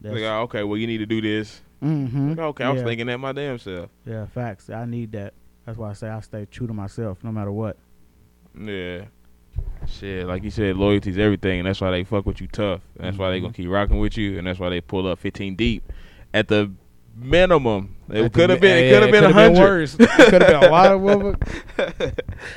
Speaker 6: that's,
Speaker 3: Like, oh, okay, well, you need to do this.
Speaker 6: mm-hmm.
Speaker 3: Like, okay,
Speaker 6: yeah,
Speaker 3: I was thinking that my damn self.
Speaker 6: Yeah, facts. I need that. That's why I say I stay true to myself, no
Speaker 3: (laughs)
Speaker 6: matter what.
Speaker 3: Yeah. Shit, like you said, loyalty's everything, and that's why they fuck with you tough. And that's why they gonna keep rocking with you, and that's why they pull up 15 deep at the minimum. It
Speaker 4: At the
Speaker 3: could have
Speaker 4: mi-
Speaker 3: been, it
Speaker 4: yeah,
Speaker 3: could have been
Speaker 4: could've
Speaker 3: 100.
Speaker 4: worse. It could have been a lot
Speaker 3: (laughs)
Speaker 4: of women.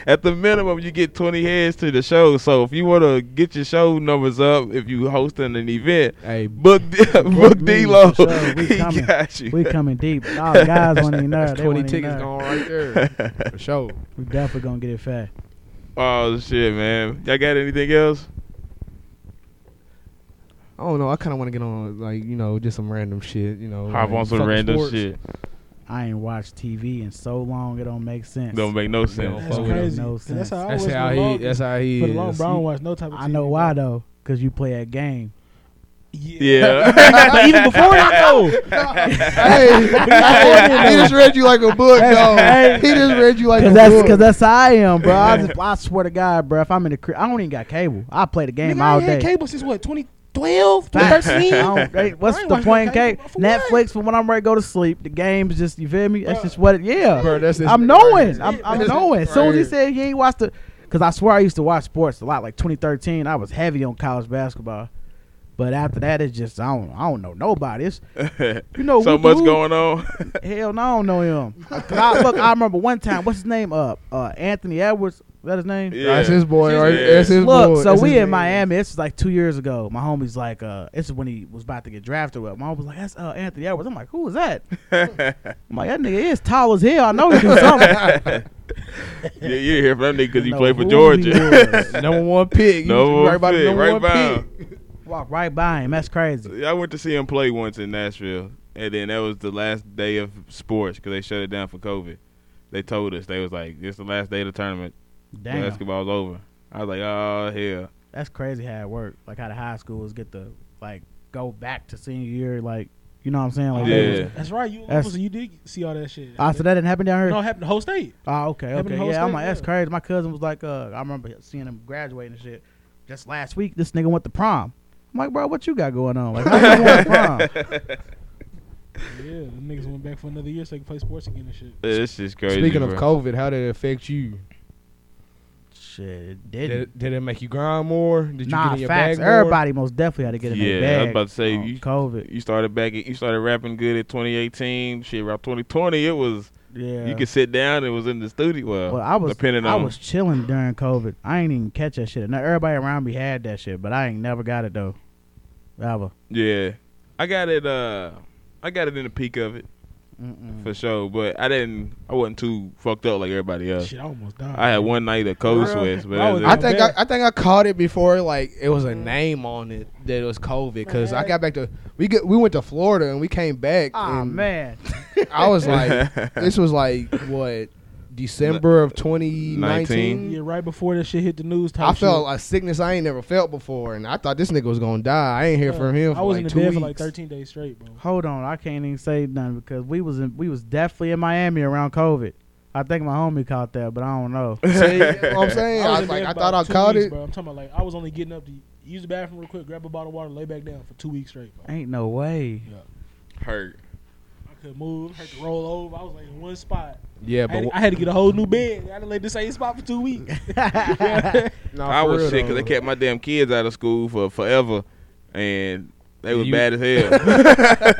Speaker 3: at the minimum, you get 20 heads to the show. So if you wanna get your show numbers up, if you hosting an event,
Speaker 4: Hey,
Speaker 3: book (laughs) book
Speaker 6: me,
Speaker 3: D-Lo. (laughs)
Speaker 6: for sure. We
Speaker 3: He
Speaker 6: coming.
Speaker 3: got you.
Speaker 6: We coming deep. All the guys want to know.
Speaker 4: that's
Speaker 6: They
Speaker 4: 20
Speaker 6: wasn't even
Speaker 4: tickets
Speaker 6: there.
Speaker 4: going
Speaker 3: (laughs)
Speaker 4: right there for sure.
Speaker 6: We definitely gonna get it fat.
Speaker 3: (laughs) oh shit, man. Y'all got anything else?
Speaker 4: I don't know. I kind of want to get on like you know just some random shit. You know,
Speaker 3: Hop
Speaker 4: like
Speaker 3: on some
Speaker 4: fucking
Speaker 3: random
Speaker 4: sports.
Speaker 3: shit.
Speaker 6: I ain't watched TV in so long it don't make sense.
Speaker 3: Don't make no
Speaker 4: Don't
Speaker 3: sense.
Speaker 5: That's
Speaker 4: fuck with
Speaker 5: crazy.
Speaker 6: him. No
Speaker 5: 'cause that's how I
Speaker 4: That's
Speaker 5: was
Speaker 4: how
Speaker 5: with
Speaker 4: he.
Speaker 5: Logan.
Speaker 4: That's how he
Speaker 5: For the long
Speaker 4: is. (laughs)
Speaker 5: brown I don't watch no type of
Speaker 6: I
Speaker 5: TV,
Speaker 6: know why
Speaker 5: bro.
Speaker 6: though, because you play that (laughs) game.
Speaker 3: Yeah. (laughs)
Speaker 6: but even before that though,
Speaker 7: hey, he just read you like a book, though. He just read you like a
Speaker 6: (laughs) Cause that's
Speaker 7: book.
Speaker 6: cause that's how I am, bro. I, just, I swear to God, bro. If I'm in the crib, I don't even got cable. I play the game
Speaker 5: Nigga, I
Speaker 6: all
Speaker 5: ain't had
Speaker 6: day. (laughs)
Speaker 5: cable since what 2012,
Speaker 6: Facts. (laughs)
Speaker 5: 2013.
Speaker 6: I don't- hey,
Speaker 5: I
Speaker 6: what's
Speaker 5: ain't
Speaker 6: the
Speaker 5: watching
Speaker 6: point
Speaker 5: no
Speaker 6: in cable?
Speaker 5: cable. For what?
Speaker 6: Netflix for when I'm ready to go to sleep. The game's just you feel me? That's
Speaker 5: Bruh.
Speaker 6: just what it yeah.
Speaker 4: Bro, that's his
Speaker 6: I'm
Speaker 4: nigga right
Speaker 6: knowing.
Speaker 4: here.
Speaker 6: I'm, I'm
Speaker 4: That's
Speaker 6: knowing.
Speaker 4: his
Speaker 6: As soon as he
Speaker 4: right here.
Speaker 6: said he ain't watched the cause I swear I used to watch sports a lot, like twenty thirteen. I was heavy on college basketball. But after that it's just I don't I don't know nobody. It's you know
Speaker 3: so
Speaker 6: we
Speaker 3: much
Speaker 6: do.
Speaker 3: going on. (laughs)
Speaker 6: (laughs) Hell no, I don't know him. 'Cause I, look, I remember one time, what's his name? Uh, uh Anthony Edwards. Is that his name?
Speaker 3: Yeah.
Speaker 4: That's his boy, right?
Speaker 3: Yeah.
Speaker 4: That's his boy.
Speaker 6: Look, so
Speaker 4: That's his
Speaker 6: we
Speaker 4: man.
Speaker 6: in Miami. This is like two years ago. My homie's like, uh, this is when he was about to get drafted. With. My homie was like, that's uh, Anthony Edwards. I'm like, who
Speaker 3: (laughs)
Speaker 6: is that? I'm like, that nigga is tall as hell. I know he do something.
Speaker 3: yeah, you didn't hear from that nigga because he
Speaker 6: No,
Speaker 3: played for
Speaker 6: who
Speaker 3: Georgia.
Speaker 4: Number one
Speaker 3: (laughs)
Speaker 4: pick.
Speaker 3: no,
Speaker 4: right about the number
Speaker 3: right
Speaker 4: one
Speaker 3: by
Speaker 4: pick.
Speaker 6: Walk right by him. That's crazy.
Speaker 3: him. I went to see him play once in Nashville, and then that was the last day of sports because they shut it down for COVID. They told us they was like, "It's the last day of the tournament.
Speaker 6: Damn,
Speaker 3: Basketball's over." I was like, "Oh hell,
Speaker 6: that's crazy how it worked. Like how the high schools get to like go back to senior year. Like, you know what I'm saying? Like, they
Speaker 3: Yeah.
Speaker 6: was-
Speaker 5: That's right. You
Speaker 6: That's-
Speaker 5: so you did see all that shit.
Speaker 6: Ah, so that didn't happen down here.
Speaker 5: no, it happened the whole state.
Speaker 6: Oh, okay,
Speaker 5: Happened
Speaker 6: okay,
Speaker 5: in the whole
Speaker 6: yeah. I'm
Speaker 5: state,
Speaker 6: like, that's
Speaker 5: yeah.
Speaker 6: crazy. My cousin was like, uh, I remember seeing him graduating and shit. Just last week, this nigga went to prom. I'm like, bro, what you got going on? Like, how you going to
Speaker 3: (laughs)
Speaker 6: prom?
Speaker 5: Yeah, the niggas went back for another year so they can play sports again and shit.
Speaker 3: Yeah, this is crazy."
Speaker 4: Speaking of
Speaker 3: bro.
Speaker 4: COVID, how did it affect you?
Speaker 6: Shit, it didn't.
Speaker 4: Did, did it make you grind more? Did you get
Speaker 6: nah,
Speaker 4: in your
Speaker 6: facts.
Speaker 4: bag more?
Speaker 6: Everybody most definitely had to get in
Speaker 3: yeah,
Speaker 6: their bag.
Speaker 3: I was about to say
Speaker 6: on
Speaker 3: you,
Speaker 6: COVID.
Speaker 3: you started back. You started rapping good at 2018. Shit, around 2020, it was
Speaker 6: Yeah,
Speaker 3: you could sit down. It was in the studio. Well,
Speaker 6: Well, I was
Speaker 3: depending
Speaker 6: I
Speaker 3: on
Speaker 6: was chilling during COVID. I ain't even catch that shit. Now everybody around me had that shit, but I ain't never got it though. Ever.
Speaker 3: yeah. I got it. Uh, I got it in the peak of it
Speaker 6: Mm-mm.
Speaker 3: for sure. But I didn't. I wasn't too fucked up like everybody else.
Speaker 5: Shit, I almost died.
Speaker 3: I had one night of cold
Speaker 5: Bruh,
Speaker 3: sweats, but
Speaker 5: I
Speaker 3: that
Speaker 5: was-
Speaker 3: was
Speaker 4: I
Speaker 3: it.
Speaker 4: think I, I think I caught it before like it was a name on it that it was COVID because I got back to we get we went to Florida and we came back.
Speaker 6: Oh
Speaker 4: and
Speaker 6: man,
Speaker 3: (laughs)
Speaker 4: I was like, this was like what December of 2019.
Speaker 5: yeah, right before that shit hit the news. Type
Speaker 4: I felt
Speaker 5: shit.
Speaker 4: a sickness I ain't never felt before, and I thought this nigga was gonna die. I ain't hear
Speaker 5: Yeah,
Speaker 4: from him for
Speaker 5: I was
Speaker 4: like
Speaker 5: in the
Speaker 4: two
Speaker 5: bed
Speaker 4: weeks.
Speaker 5: for like 13 days straight, bro.
Speaker 6: Hold on, I can't even say nothing because we was in we was definitely in Miami around COVID. I think my homie caught that, but I
Speaker 3: (laughs)
Speaker 6: don't know.
Speaker 4: (laughs) See, you know
Speaker 5: (laughs)
Speaker 4: what I'm saying,
Speaker 5: I,
Speaker 4: I, was
Speaker 5: was in
Speaker 4: like,
Speaker 5: bed
Speaker 4: I
Speaker 5: for
Speaker 4: thought I
Speaker 5: about two
Speaker 4: caught
Speaker 5: weeks,
Speaker 4: it.
Speaker 5: Bro. I'm talking about like I was only getting up to use the bathroom real quick, grab a bottle of water, lay back down for two weeks straight. Bro.
Speaker 6: Ain't no way.
Speaker 3: hurt.
Speaker 5: I could move, had to roll over. I was like in one spot.
Speaker 4: Yeah,
Speaker 5: I had,
Speaker 4: but
Speaker 5: to, I had to get a whole new bed. I done laid the same spot for two weeks.
Speaker 4: (laughs) nah,
Speaker 3: I
Speaker 4: Oh, for
Speaker 3: was
Speaker 4: real
Speaker 3: sick because
Speaker 4: though.
Speaker 3: they kept my damn kids out of school for forever, and they was
Speaker 6: You-
Speaker 3: bad as hell.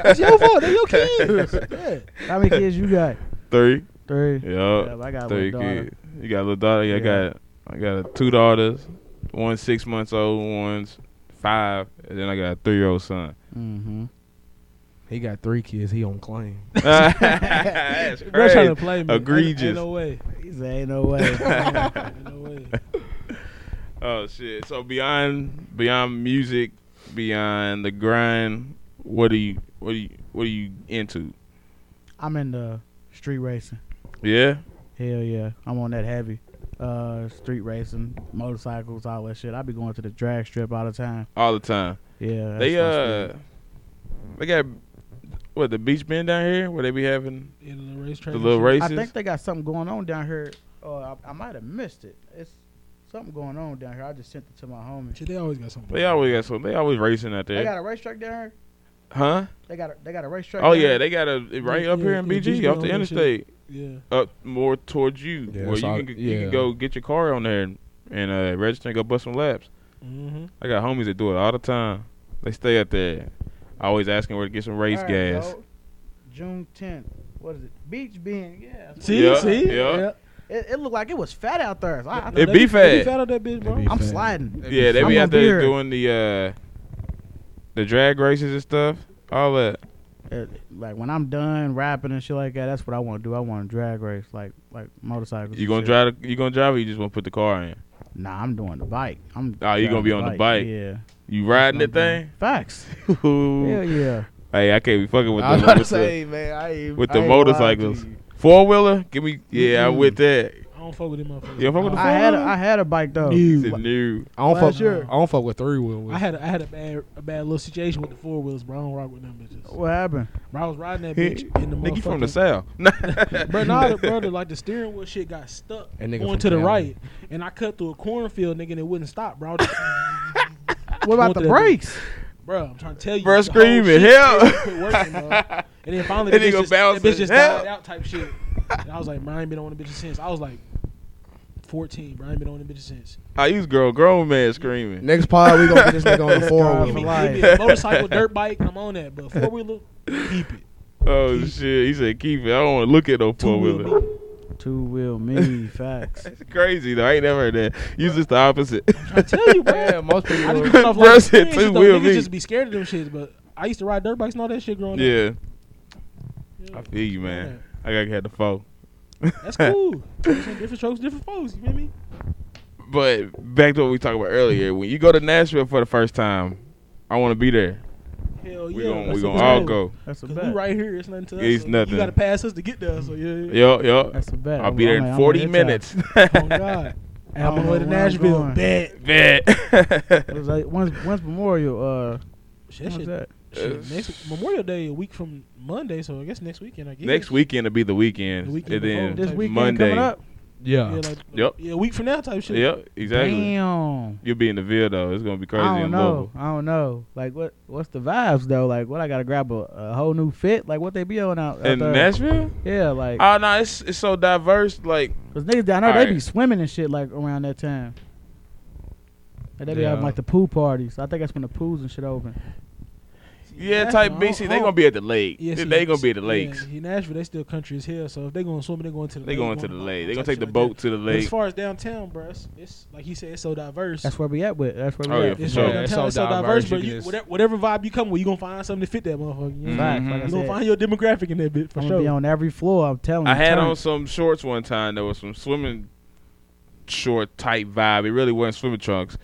Speaker 5: it's your fault. They're your kids. Yeah.
Speaker 6: (laughs) How many kids you got?
Speaker 3: (laughs) Three,
Speaker 6: Three.
Speaker 3: yeah,
Speaker 6: I got a
Speaker 3: three
Speaker 6: little daughter.
Speaker 3: kids. You got a little daughter. Yeah, I
Speaker 6: Yeah.
Speaker 3: got I got two daughters. One six months old, one's five, and then I got a three year old son. (laughs)
Speaker 6: Mm-hmm.
Speaker 4: He got three kids. He on claim.
Speaker 3: That's
Speaker 5: Bro, trying
Speaker 3: crazy.
Speaker 5: to play me.
Speaker 3: Egregious.
Speaker 5: Ain't, ain't no way.
Speaker 6: He said, "Ain't
Speaker 3: (laughs)
Speaker 6: no way."
Speaker 5: ain't no way.
Speaker 3: Oh shit! So beyond beyond music, beyond the grind, what do you what do you what are you into?
Speaker 6: I'm in the street racing.
Speaker 3: Yeah,
Speaker 6: Hell yeah, I'm on that heavy. Uh, street racing, motorcycles, all that shit. I be going to the drag strip all the time.
Speaker 3: all the time.
Speaker 6: Yeah.
Speaker 3: They
Speaker 6: that's my
Speaker 3: uh,
Speaker 6: shit.
Speaker 3: they got what the beach bend down here where they be having
Speaker 5: In a little racetrack.
Speaker 3: the little
Speaker 6: I
Speaker 3: races.
Speaker 6: think they got something going on down here. Oh, I, I might have missed it. It's something going on down here. I just sent it to my homie.
Speaker 5: Shit, they always got something.
Speaker 3: They always got so they always racing out
Speaker 6: They
Speaker 3: there,
Speaker 6: got a racetrack down here.
Speaker 3: huh?
Speaker 6: They got a, they got a racetrack.
Speaker 3: Oh
Speaker 6: down
Speaker 3: yeah,
Speaker 6: here?
Speaker 3: they got a right
Speaker 5: Yeah,
Speaker 3: up here
Speaker 5: yeah,
Speaker 3: in
Speaker 5: yeah, beach
Speaker 3: BG off
Speaker 5: bend
Speaker 3: the
Speaker 5: and shit.
Speaker 3: interstate,
Speaker 5: Yeah.
Speaker 3: up more towards you
Speaker 4: Yeah,
Speaker 3: where
Speaker 4: that's
Speaker 3: you
Speaker 4: all-
Speaker 3: can you
Speaker 4: yeah.
Speaker 3: can go get your car on there and, and uh, register and go bust some laps.
Speaker 5: Mm-hmm.
Speaker 3: I got homies that do it all the time. They stay up there. Always asking where to get some race
Speaker 6: All right,
Speaker 3: gas.
Speaker 6: bro. June 10th. What is it? Beach Bend. Yeah. that's
Speaker 5: See,
Speaker 3: Yeah,
Speaker 5: see,
Speaker 3: yeah.
Speaker 6: It, it looked like it was fat out there. So I, I
Speaker 5: No,
Speaker 3: It
Speaker 5: they
Speaker 3: be
Speaker 5: They
Speaker 3: fat.
Speaker 5: be fat on that bitch, bro.
Speaker 4: They be
Speaker 6: am
Speaker 4: fat.
Speaker 6: sliding.
Speaker 3: Yeah, they
Speaker 6: I'm
Speaker 3: be
Speaker 6: gonna
Speaker 3: out there
Speaker 6: beer.
Speaker 3: doing the uh the drag races and stuff. All that.
Speaker 6: It- Uh, like when I'm done rapping and shit like that, that's what I want to do. I want to drag race, like like motorcycles.
Speaker 3: You
Speaker 6: and
Speaker 3: gonna
Speaker 6: shit.
Speaker 3: drive the, you gonna drive or you just wanna put the car in?
Speaker 6: Nah, I'm doing the bike. I'm.
Speaker 3: Oh, you gonna
Speaker 6: driving
Speaker 3: be on the bike.
Speaker 6: Yeah.
Speaker 3: You riding
Speaker 6: That's
Speaker 3: that
Speaker 6: what I'm doing.
Speaker 3: thing?
Speaker 6: Facts.
Speaker 3: Ooh.
Speaker 6: Hell (laughs) yeah.
Speaker 3: Hey, I can't be fucking with
Speaker 4: I was
Speaker 3: the
Speaker 4: about to
Speaker 3: with the,
Speaker 4: say, man, I ain't,
Speaker 3: with
Speaker 4: I
Speaker 3: the
Speaker 4: ain't gonna lie to
Speaker 3: motorcycles.
Speaker 4: you.
Speaker 3: Four wheeler? Give me yeah, I'm with that.
Speaker 5: I don't fuck with them motherfuckers.
Speaker 3: You don't fuck with the
Speaker 6: I
Speaker 3: four
Speaker 6: had a,
Speaker 3: wheeler?
Speaker 6: I had a bike though.
Speaker 3: It's a new.
Speaker 4: I don't
Speaker 6: Last
Speaker 4: fuck.
Speaker 6: year.
Speaker 4: I don't fuck with three wheelers.
Speaker 5: I had a, I had a bad a bad little situation with the four wheels, bro. I don't rock with them bitches.
Speaker 6: What (laughs) happened?
Speaker 5: Bro, I was riding that bitch in the
Speaker 3: Nigga, you from the
Speaker 5: motherfucking-
Speaker 3: south? (laughs)
Speaker 5: But nah, the brother, like the steering wheel shit got stuck
Speaker 4: That nigga
Speaker 5: going
Speaker 4: from
Speaker 5: to the
Speaker 4: Cali.
Speaker 5: right, and I cut through a cornfield, nigga, and it wouldn't stop, bro. I was just-
Speaker 6: What about the
Speaker 5: that bitch.
Speaker 6: brakes?
Speaker 5: (coughs) bro, I'm trying to tell you,
Speaker 3: Bro,
Speaker 5: the
Speaker 3: screaming,
Speaker 5: whole shit
Speaker 3: "Help!"
Speaker 5: didn't quit working, bro. And then finally, the
Speaker 3: That nigga
Speaker 5: bitch just, that
Speaker 3: bouncing,
Speaker 5: bitch just
Speaker 3: "Help!"
Speaker 5: died out type shit. And I was like, bro, I ain't been on the bitches since I was like 14, bro. I ain't been on the bitches since.
Speaker 3: (laughs) I use girl, grown man screaming.
Speaker 7: Next pod, we
Speaker 5: (laughs)
Speaker 7: gonna get this nigga on the four
Speaker 6: God,
Speaker 5: Give me,
Speaker 7: wheeler.
Speaker 3: (laughs)
Speaker 5: give me a motorcycle, dirt bike, I'm on that, but four wheeler, keep it.
Speaker 3: Oh shit! He said, "Keep it." I don't want to look at no
Speaker 5: Two
Speaker 3: four
Speaker 5: wheeler,
Speaker 3: wheeler.
Speaker 5: I'm
Speaker 6: Two wheel me facts.
Speaker 3: It's crazy though. I ain't never heard that. Use just the
Speaker 5: (laughs)
Speaker 3: opposite.
Speaker 5: trying to tell you, bro.
Speaker 4: yeah, most
Speaker 3: (laughs)
Speaker 5: I just
Speaker 4: people.
Speaker 5: be coming off
Speaker 3: Bro said
Speaker 5: life experiences,
Speaker 3: two
Speaker 5: though.
Speaker 3: wheel
Speaker 5: Niggas
Speaker 3: V.
Speaker 5: just be scared of them shits, but I used to ride dirt bikes and all that shit growing up.
Speaker 3: yeah,
Speaker 5: Yeah.
Speaker 3: I feel you, man. I gotta have the four.
Speaker 5: That's cool. different strokes, different folks. You feel me?
Speaker 3: But back to what we talked about earlier. When you go to Nashville for the first time, I want to be there.
Speaker 5: Hell Oh, yeah.
Speaker 3: We gonna
Speaker 5: that's
Speaker 3: we
Speaker 5: a
Speaker 3: gonna
Speaker 5: good
Speaker 3: all
Speaker 5: goal.
Speaker 3: go.
Speaker 6: That's a
Speaker 5: 'Cause
Speaker 6: bet.
Speaker 5: we right here. It's nothing to us.
Speaker 3: It's
Speaker 5: so
Speaker 3: nothing.
Speaker 5: You gotta pass us to get there. So yeah. yeah.
Speaker 3: Yo yo.
Speaker 6: That's a bet.
Speaker 3: I'll be there
Speaker 6: I'm
Speaker 3: in
Speaker 6: like,
Speaker 3: 40
Speaker 6: I'm gonna hit
Speaker 3: minutes.
Speaker 5: Oh God. And I'm on the way
Speaker 6: where
Speaker 5: to
Speaker 6: I'm
Speaker 5: Nashville.
Speaker 6: going.
Speaker 3: (laughs)
Speaker 5: Bet.
Speaker 3: Bet.
Speaker 6: y'all. It
Speaker 5: (laughs)
Speaker 6: was like once once Memorial. Uh,
Speaker 5: Shit,
Speaker 6: what was
Speaker 5: shit,
Speaker 6: that?
Speaker 5: shit. Next Memorial Day, a week from Monday. So I guess next weekend. I guess.
Speaker 3: Next weekend will be the weekend.
Speaker 5: The weekend
Speaker 3: and then
Speaker 5: before.
Speaker 6: This
Speaker 5: Like
Speaker 6: weekend
Speaker 3: Monday.
Speaker 6: coming up.
Speaker 5: Yeah. Like,
Speaker 3: Yep.
Speaker 5: Yeah. A week from now, type shit.
Speaker 3: Yep, exactly.
Speaker 6: Damn.
Speaker 3: You'll be in the Ville though. It's gonna be crazy
Speaker 6: I don't
Speaker 3: in
Speaker 6: know.
Speaker 3: Louisville.
Speaker 6: I don't know. Like what? What's the vibes though? Like what? I gotta grab a, a whole new fit. Like what they be on out, out
Speaker 3: In
Speaker 6: there?
Speaker 3: Nashville?
Speaker 6: Yeah, like
Speaker 3: Oh no, it's it's so diverse. Like
Speaker 6: cause niggas down there they be
Speaker 3: Alright.
Speaker 6: swimming and shit like around that time. Like, they be having
Speaker 4: Yeah.
Speaker 6: like the pool parties. I think that's when the pools and shit open.
Speaker 3: yeah,
Speaker 5: Nashville,
Speaker 3: type
Speaker 5: I
Speaker 3: BC,
Speaker 5: don't- I
Speaker 3: they gonna
Speaker 5: don't-
Speaker 3: be at the lake.
Speaker 5: Yeah, see,
Speaker 3: they gonna be at the
Speaker 5: yeah,
Speaker 3: lakes.
Speaker 5: in Nashville, they still country as hell. So if they going swimming, they going to the
Speaker 3: They
Speaker 5: lake,
Speaker 3: going to the
Speaker 5: mountain,
Speaker 3: lake. They gonna take
Speaker 5: type
Speaker 3: the
Speaker 5: shit like
Speaker 3: boat to the
Speaker 5: that. But
Speaker 3: lake.
Speaker 5: As far as downtown, bro, it's, it's like he said, it's so diverse.
Speaker 6: That's where we at with. That's where we
Speaker 3: Oh,
Speaker 6: at.
Speaker 3: yeah, for
Speaker 5: it's
Speaker 3: sure.
Speaker 5: so
Speaker 3: Yeah,
Speaker 5: diverse,
Speaker 4: it's
Speaker 5: it's so,
Speaker 4: so
Speaker 5: diverse,
Speaker 4: diverse,
Speaker 5: but
Speaker 4: you
Speaker 5: you,
Speaker 4: can
Speaker 5: whatever, whatever vibe you come with, you gonna find something to fit that motherfucker. You, know?
Speaker 3: Mhm.
Speaker 6: Facts, like I
Speaker 5: you gonna
Speaker 6: said,
Speaker 5: find your demographic in that bit for
Speaker 6: I'm gonna
Speaker 5: sure.
Speaker 6: be on every floor. I'm telling you.
Speaker 3: I had
Speaker 6: turn.
Speaker 3: on some shorts one time that was some swimming short type vibe. It really wasn't swimming trunks,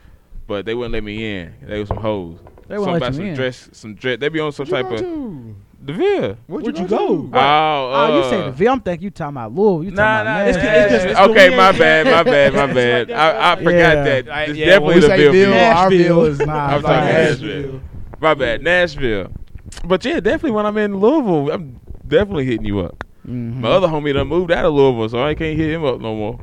Speaker 3: but they wouldn't let me in. They were some hoes.
Speaker 6: They
Speaker 3: Something
Speaker 6: won't
Speaker 3: about
Speaker 6: let you
Speaker 3: some
Speaker 6: in.
Speaker 3: dress some dress they be on some
Speaker 4: What you
Speaker 3: type
Speaker 4: go
Speaker 3: of
Speaker 4: to?
Speaker 3: the Ville.
Speaker 5: Where'd you
Speaker 4: to?
Speaker 5: go?
Speaker 3: Oh,
Speaker 6: oh, you
Speaker 3: uh,
Speaker 6: say the V? I'm thinking you talking about Louisville. You talking
Speaker 3: Nah,
Speaker 6: about
Speaker 3: nah,
Speaker 6: Nashville.
Speaker 3: it's,
Speaker 5: Nashville.
Speaker 3: it's
Speaker 5: It's
Speaker 3: just,
Speaker 5: just
Speaker 3: okay,
Speaker 5: the
Speaker 3: my
Speaker 5: Ville.
Speaker 3: bad, my bad, my bad.
Speaker 5: It's like
Speaker 3: I, I
Speaker 5: that,
Speaker 3: forgot
Speaker 6: yeah.
Speaker 3: that. I, it's
Speaker 4: yeah,
Speaker 3: definitely
Speaker 4: when we
Speaker 3: the
Speaker 4: say
Speaker 3: Ville.
Speaker 4: Ville,
Speaker 3: Ville.
Speaker 4: our Ville is
Speaker 6: Nashville.
Speaker 4: not.
Speaker 3: I'm
Speaker 4: like
Speaker 3: talking
Speaker 4: that.
Speaker 3: Nashville. My bad, Nashville. But yeah, definitely when I'm in Louisville, I'm definitely hitting you up.
Speaker 4: Mm-hmm.
Speaker 6: Mhm.
Speaker 3: My other homie done moved out of Louisville, so I can't hit him up no more.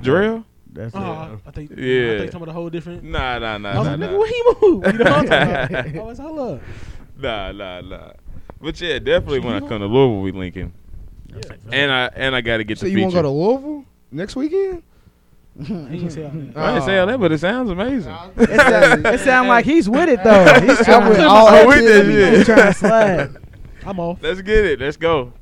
Speaker 3: Drill?
Speaker 6: That's
Speaker 5: Oh,
Speaker 6: it.
Speaker 4: Uh-huh.
Speaker 5: I think. Yeah. I
Speaker 3: Yeah.
Speaker 5: think talking about a whole different.
Speaker 3: Nah, nah, nah,
Speaker 5: I was
Speaker 3: nah,
Speaker 5: like,
Speaker 3: nah.
Speaker 5: nigga, where he moved? (laughs) You know what
Speaker 3: (laughs)
Speaker 5: I'm talking about? Oh, Always I love.
Speaker 3: nah, nah, nah. But yeah, definitely when I come to Louisville, we linking. And I and I got to get
Speaker 4: (laughs) So
Speaker 3: the
Speaker 4: you
Speaker 3: feature.
Speaker 4: want to go to Louisville next weekend? Uh,
Speaker 5: He didn't say all
Speaker 3: (laughs)
Speaker 5: that.
Speaker 3: I didn't say all that, but it sounds amazing.
Speaker 6: It sound, it sound like he's with it though. He's
Speaker 4: (laughs)
Speaker 6: trying,
Speaker 4: with
Speaker 6: to-
Speaker 4: all
Speaker 3: I'm
Speaker 4: that
Speaker 3: with that
Speaker 4: shit. Oh,
Speaker 6: (laughs) he's
Speaker 3: shit.
Speaker 6: trying to slide.
Speaker 5: I'm off.
Speaker 3: Let's get it. Let's go.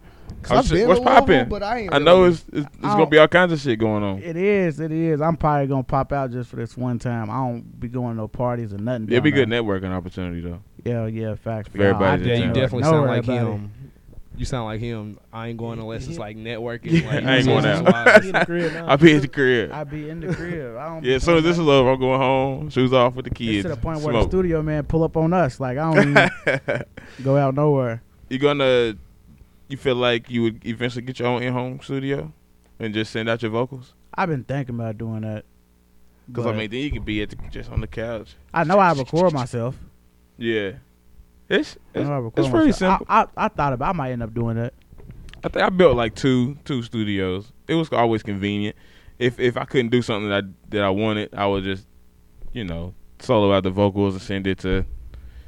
Speaker 4: I've
Speaker 3: Oh, shit,
Speaker 4: been
Speaker 3: What's
Speaker 4: to Louisville,
Speaker 3: popping?
Speaker 4: but I ain't
Speaker 3: I know
Speaker 4: really-
Speaker 3: it's it's, it's
Speaker 4: Oh.
Speaker 3: gonna be all kinds of shit going on.
Speaker 6: It is, it is. I'm probably gonna pop out just for this one time. I don't be going to no parties or nothing.
Speaker 3: It'd be
Speaker 6: down
Speaker 3: good networking opportunity though.
Speaker 6: there. Yeah, yeah, facts.
Speaker 3: For everybody
Speaker 6: I
Speaker 3: to
Speaker 4: Yeah, you
Speaker 3: Sound like-
Speaker 4: definitely
Speaker 6: know
Speaker 4: sound like
Speaker 6: everybody.
Speaker 4: him. You sound like him. I ain't going unless it's like networking.
Speaker 3: Yeah,
Speaker 4: like,
Speaker 3: I ain't going
Speaker 4: business (laughs)
Speaker 3: out.
Speaker 4: wise.
Speaker 5: He in the crib now.
Speaker 3: I'll be at the crib.
Speaker 6: I be in the crib. I don't
Speaker 3: Yeah, as soon as this is over, I'm going home. Shoes off with the kids.
Speaker 6: it's to the point where the
Speaker 3: Smoke.
Speaker 6: studio man pull up on us. Like I don't even
Speaker 3: (laughs)
Speaker 6: go out nowhere.
Speaker 3: you gonna you feel like you would eventually get your own in-home studio and just send out your vocals?
Speaker 6: I've been thinking about doing that.
Speaker 3: Because I
Speaker 6: but
Speaker 3: mean, then you could be at the, just on the couch.
Speaker 6: I know I record myself.
Speaker 3: Yeah, it's
Speaker 6: I
Speaker 3: it's,
Speaker 6: know I record
Speaker 3: it's pretty
Speaker 6: myself.
Speaker 3: simple. I,
Speaker 6: I, I, I thought about. I might end up doing that.
Speaker 3: think I built like two two studios. It was always convenient. If if I couldn't do something that I, that I wanted, I would just you know solo out the vocals and send it to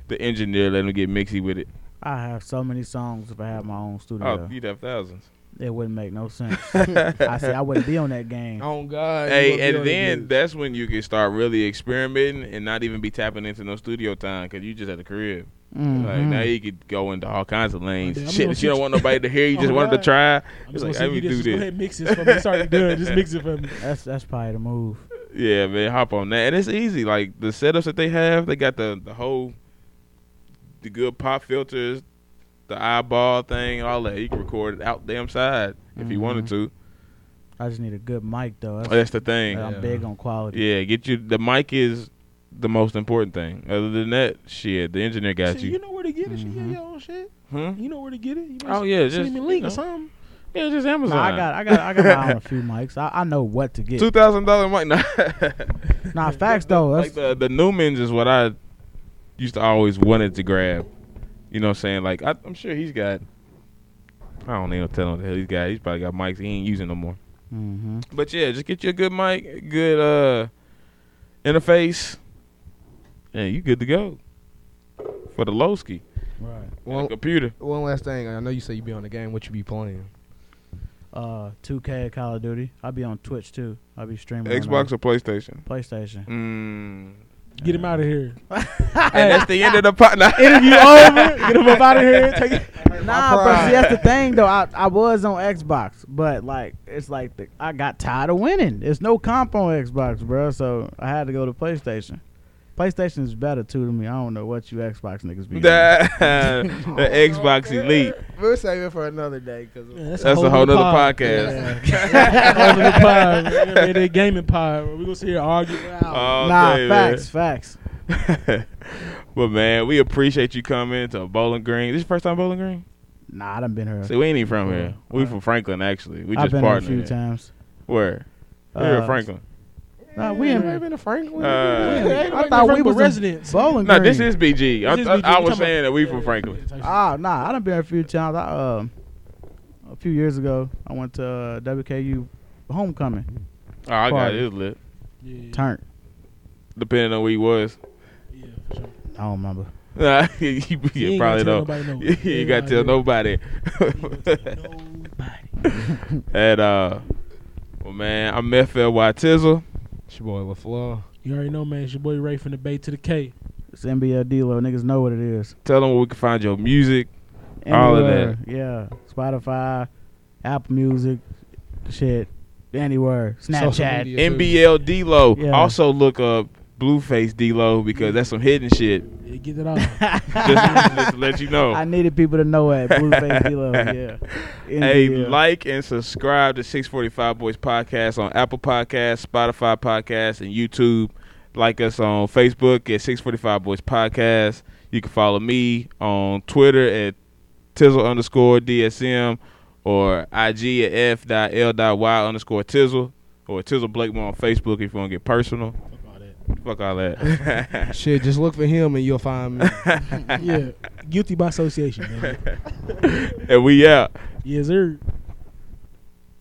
Speaker 3: the engineer, let him get mixy with it.
Speaker 6: I have so many songs if I had my own
Speaker 3: Oh,
Speaker 6: studio.
Speaker 3: you'd have thousands.
Speaker 6: It wouldn't make
Speaker 3: (laughs)
Speaker 6: no sense. I say I wouldn't be on that game.
Speaker 4: Oh God! you
Speaker 3: Hey,
Speaker 4: gonna be on
Speaker 3: and
Speaker 4: the
Speaker 3: then
Speaker 4: news.
Speaker 3: that's when you can start really experimenting and not even be tapping into no studio time because you just at the crib. Like
Speaker 6: Mhm.
Speaker 3: now you could go into all kinds of lanes.
Speaker 5: Mm-hmm. I'm
Speaker 3: Shit,
Speaker 5: gonna
Speaker 3: that you
Speaker 5: teach-
Speaker 3: don't want nobody to hear. You
Speaker 5: (laughs) Oh,
Speaker 3: just wanted to
Speaker 5: God.
Speaker 3: try.
Speaker 5: I'm
Speaker 3: It's
Speaker 5: just
Speaker 3: like
Speaker 5: gonna
Speaker 3: I
Speaker 5: send you
Speaker 3: would
Speaker 5: this.
Speaker 3: do
Speaker 5: Just go ahead
Speaker 3: this.
Speaker 5: and mix this for me. It's already done. Just mix it for me.
Speaker 6: That's that's probably the move.
Speaker 3: Yeah, man, hop on that. And it's easy. Like the setups that they have, they got the the whole the good pop filters, the eyeball thing, all that. You can record it out damn side if you wanted
Speaker 6: Mhm.
Speaker 5: Mm-hmm.
Speaker 3: to.
Speaker 6: I just need a good mic though. That's,
Speaker 3: Oh, that's the thing.
Speaker 6: I'm
Speaker 4: Yeah.
Speaker 6: big on quality.
Speaker 3: Yeah, get you the mic is the most important thing. Other than that, shit, the engineer (laughs) got
Speaker 5: Shit,
Speaker 3: you.
Speaker 5: you know where to get it. Shit, yeah, your own shit.
Speaker 3: Hmm?
Speaker 5: You know where to get it. You know,
Speaker 3: Oh, yeah,
Speaker 5: send
Speaker 3: just,
Speaker 5: me a
Speaker 3: you
Speaker 5: link
Speaker 3: know.
Speaker 5: or something.
Speaker 3: Yeah, just Amazon.
Speaker 6: Nah, I got, I got, I
Speaker 3: (laughs)
Speaker 6: got my own a few mics. I, I know what to get.
Speaker 3: two thousand dollar mic. Nah, (laughs)
Speaker 6: Nah, facts though.
Speaker 3: like
Speaker 6: That's,
Speaker 3: the the Newmans is what I used to always wanted to grab. You know what I'm saying? Like I, I'm sure he's got. I don't even tell him what the hell he's got. He's probably got mics he ain't using no more.
Speaker 6: mm-hmm.
Speaker 3: But yeah, just get you a good mic, good uh interface, and you good to go for the Lowski
Speaker 6: Right.
Speaker 3: well,
Speaker 4: Well-
Speaker 3: computer.
Speaker 4: One last thing. I know you say you be on the game. What you be playing?
Speaker 6: Uh, 2K at Call of Duty. I'll be on Twitch too. I'll be streaming. on,
Speaker 3: Xbox
Speaker 6: uh,
Speaker 3: or PlayStation?
Speaker 6: PlayStation.
Speaker 3: Mm.
Speaker 5: Get him out of here.
Speaker 3: And that's the end of the pot. (laughs) Nah.
Speaker 5: Interview over. Get him up out of here. Take it.
Speaker 6: (laughs) Nah, but see, that's the thing though. I, I was on Xbox, but like it's like the, I got tired of winning. There's no comp on Xbox, bro. So I had to go to PlayStation. PlayStation is better too to me. I don't know what you Xbox niggas be. doing.
Speaker 3: the Xbox Elite.
Speaker 7: We'll save it for another day because
Speaker 5: Yeah,
Speaker 3: That's a whole
Speaker 5: nother
Speaker 3: nother
Speaker 5: pod.
Speaker 3: podcast.
Speaker 5: Yeah. That's a whole nother pod. We're gonna be in a gaming pod. We're gonna sit here and argue. Wow.
Speaker 3: (laughs) All
Speaker 6: nah,
Speaker 3: day, man.
Speaker 6: facts, facts.
Speaker 3: (laughs) but man, we appreciate you coming to Bowling Green. This your first time Bowling Green?
Speaker 6: Nah, I done been here.
Speaker 3: See, we ain't even from here.
Speaker 6: Yeah.
Speaker 3: We from Franklin, actually. We
Speaker 6: I've
Speaker 3: just
Speaker 6: been here a few
Speaker 3: partnered.
Speaker 6: times.
Speaker 3: Where? We're in
Speaker 6: Uh,
Speaker 3: Franklin.
Speaker 6: Nah, we in.
Speaker 4: to Franklin.
Speaker 3: Uh,
Speaker 6: I thought we was residents.
Speaker 5: residents.
Speaker 6: Bowling
Speaker 3: no,
Speaker 6: Green.
Speaker 3: this is BG. I,
Speaker 5: This is
Speaker 3: I-
Speaker 5: BG.
Speaker 3: I
Speaker 5: We
Speaker 3: was
Speaker 5: talking
Speaker 3: saying
Speaker 5: about-
Speaker 3: that we
Speaker 5: yeah,
Speaker 3: from
Speaker 5: yeah,
Speaker 3: Franklin.
Speaker 5: yeah, yeah.
Speaker 6: Ah, nah, I done been here a few times. I um, a few years ago, I went to uh, WKU homecoming.
Speaker 3: Oh, I got
Speaker 6: Party.
Speaker 3: it. It was lit.
Speaker 5: Yeah, yeah,
Speaker 6: Turn.
Speaker 3: Depending on where he was. (laughs)
Speaker 5: yeah, for sure.
Speaker 6: I don't remember.
Speaker 3: Nah, you, you
Speaker 5: He ain't
Speaker 3: probably
Speaker 5: gotta tell
Speaker 3: don't. (laughs)
Speaker 5: nobody no.
Speaker 3: you ain't got to tell nobody. (laughs)
Speaker 5: Nobody.
Speaker 3: and, uh, well, man, I'm FLY Tizzle.
Speaker 4: It's your boy LaFleur.
Speaker 5: (laughs) You already know, man. It's your boy Ray from the Bay to the K.
Speaker 6: It's NBL D-Lo. Niggas know what it is.
Speaker 3: Tell them where we can find your music. All
Speaker 6: Anywhere.
Speaker 3: of
Speaker 6: Yeah. Spotify, Apple Music, shit. Anywhere.
Speaker 4: Social
Speaker 6: Snapchat.
Speaker 4: media. Yeah, too.
Speaker 3: NBL D Lo.
Speaker 6: Yeah.
Speaker 3: Also look up Blueface D Lo because that's some hidden shit. (laughs)
Speaker 5: Yeah, get it off.
Speaker 3: Just, just to let you know.
Speaker 6: I needed people to know at Blueface
Speaker 3: (laughs)
Speaker 6: D-Lo. Yeah.
Speaker 3: Hey,
Speaker 6: NBL.
Speaker 3: like and subscribe to 645 Boys Podcast on Apple Podcasts, Spotify Podcasts, and YouTube. Like us on Facebook at 645 Boys Podcast. You can follow me on Twitter at Tizzle underscore DSM or IG at F.L.Y underscore Tizzle or Tizzle Blakemore on Facebook if you want to get personal.
Speaker 5: Fuck all that.
Speaker 3: Fuck all that. (laughs)
Speaker 4: Shit, just look for him and you'll find (laughs) me.
Speaker 3: (laughs)
Speaker 5: yeah, guilty by association. Man.
Speaker 3: and we out.
Speaker 5: Yes, sir.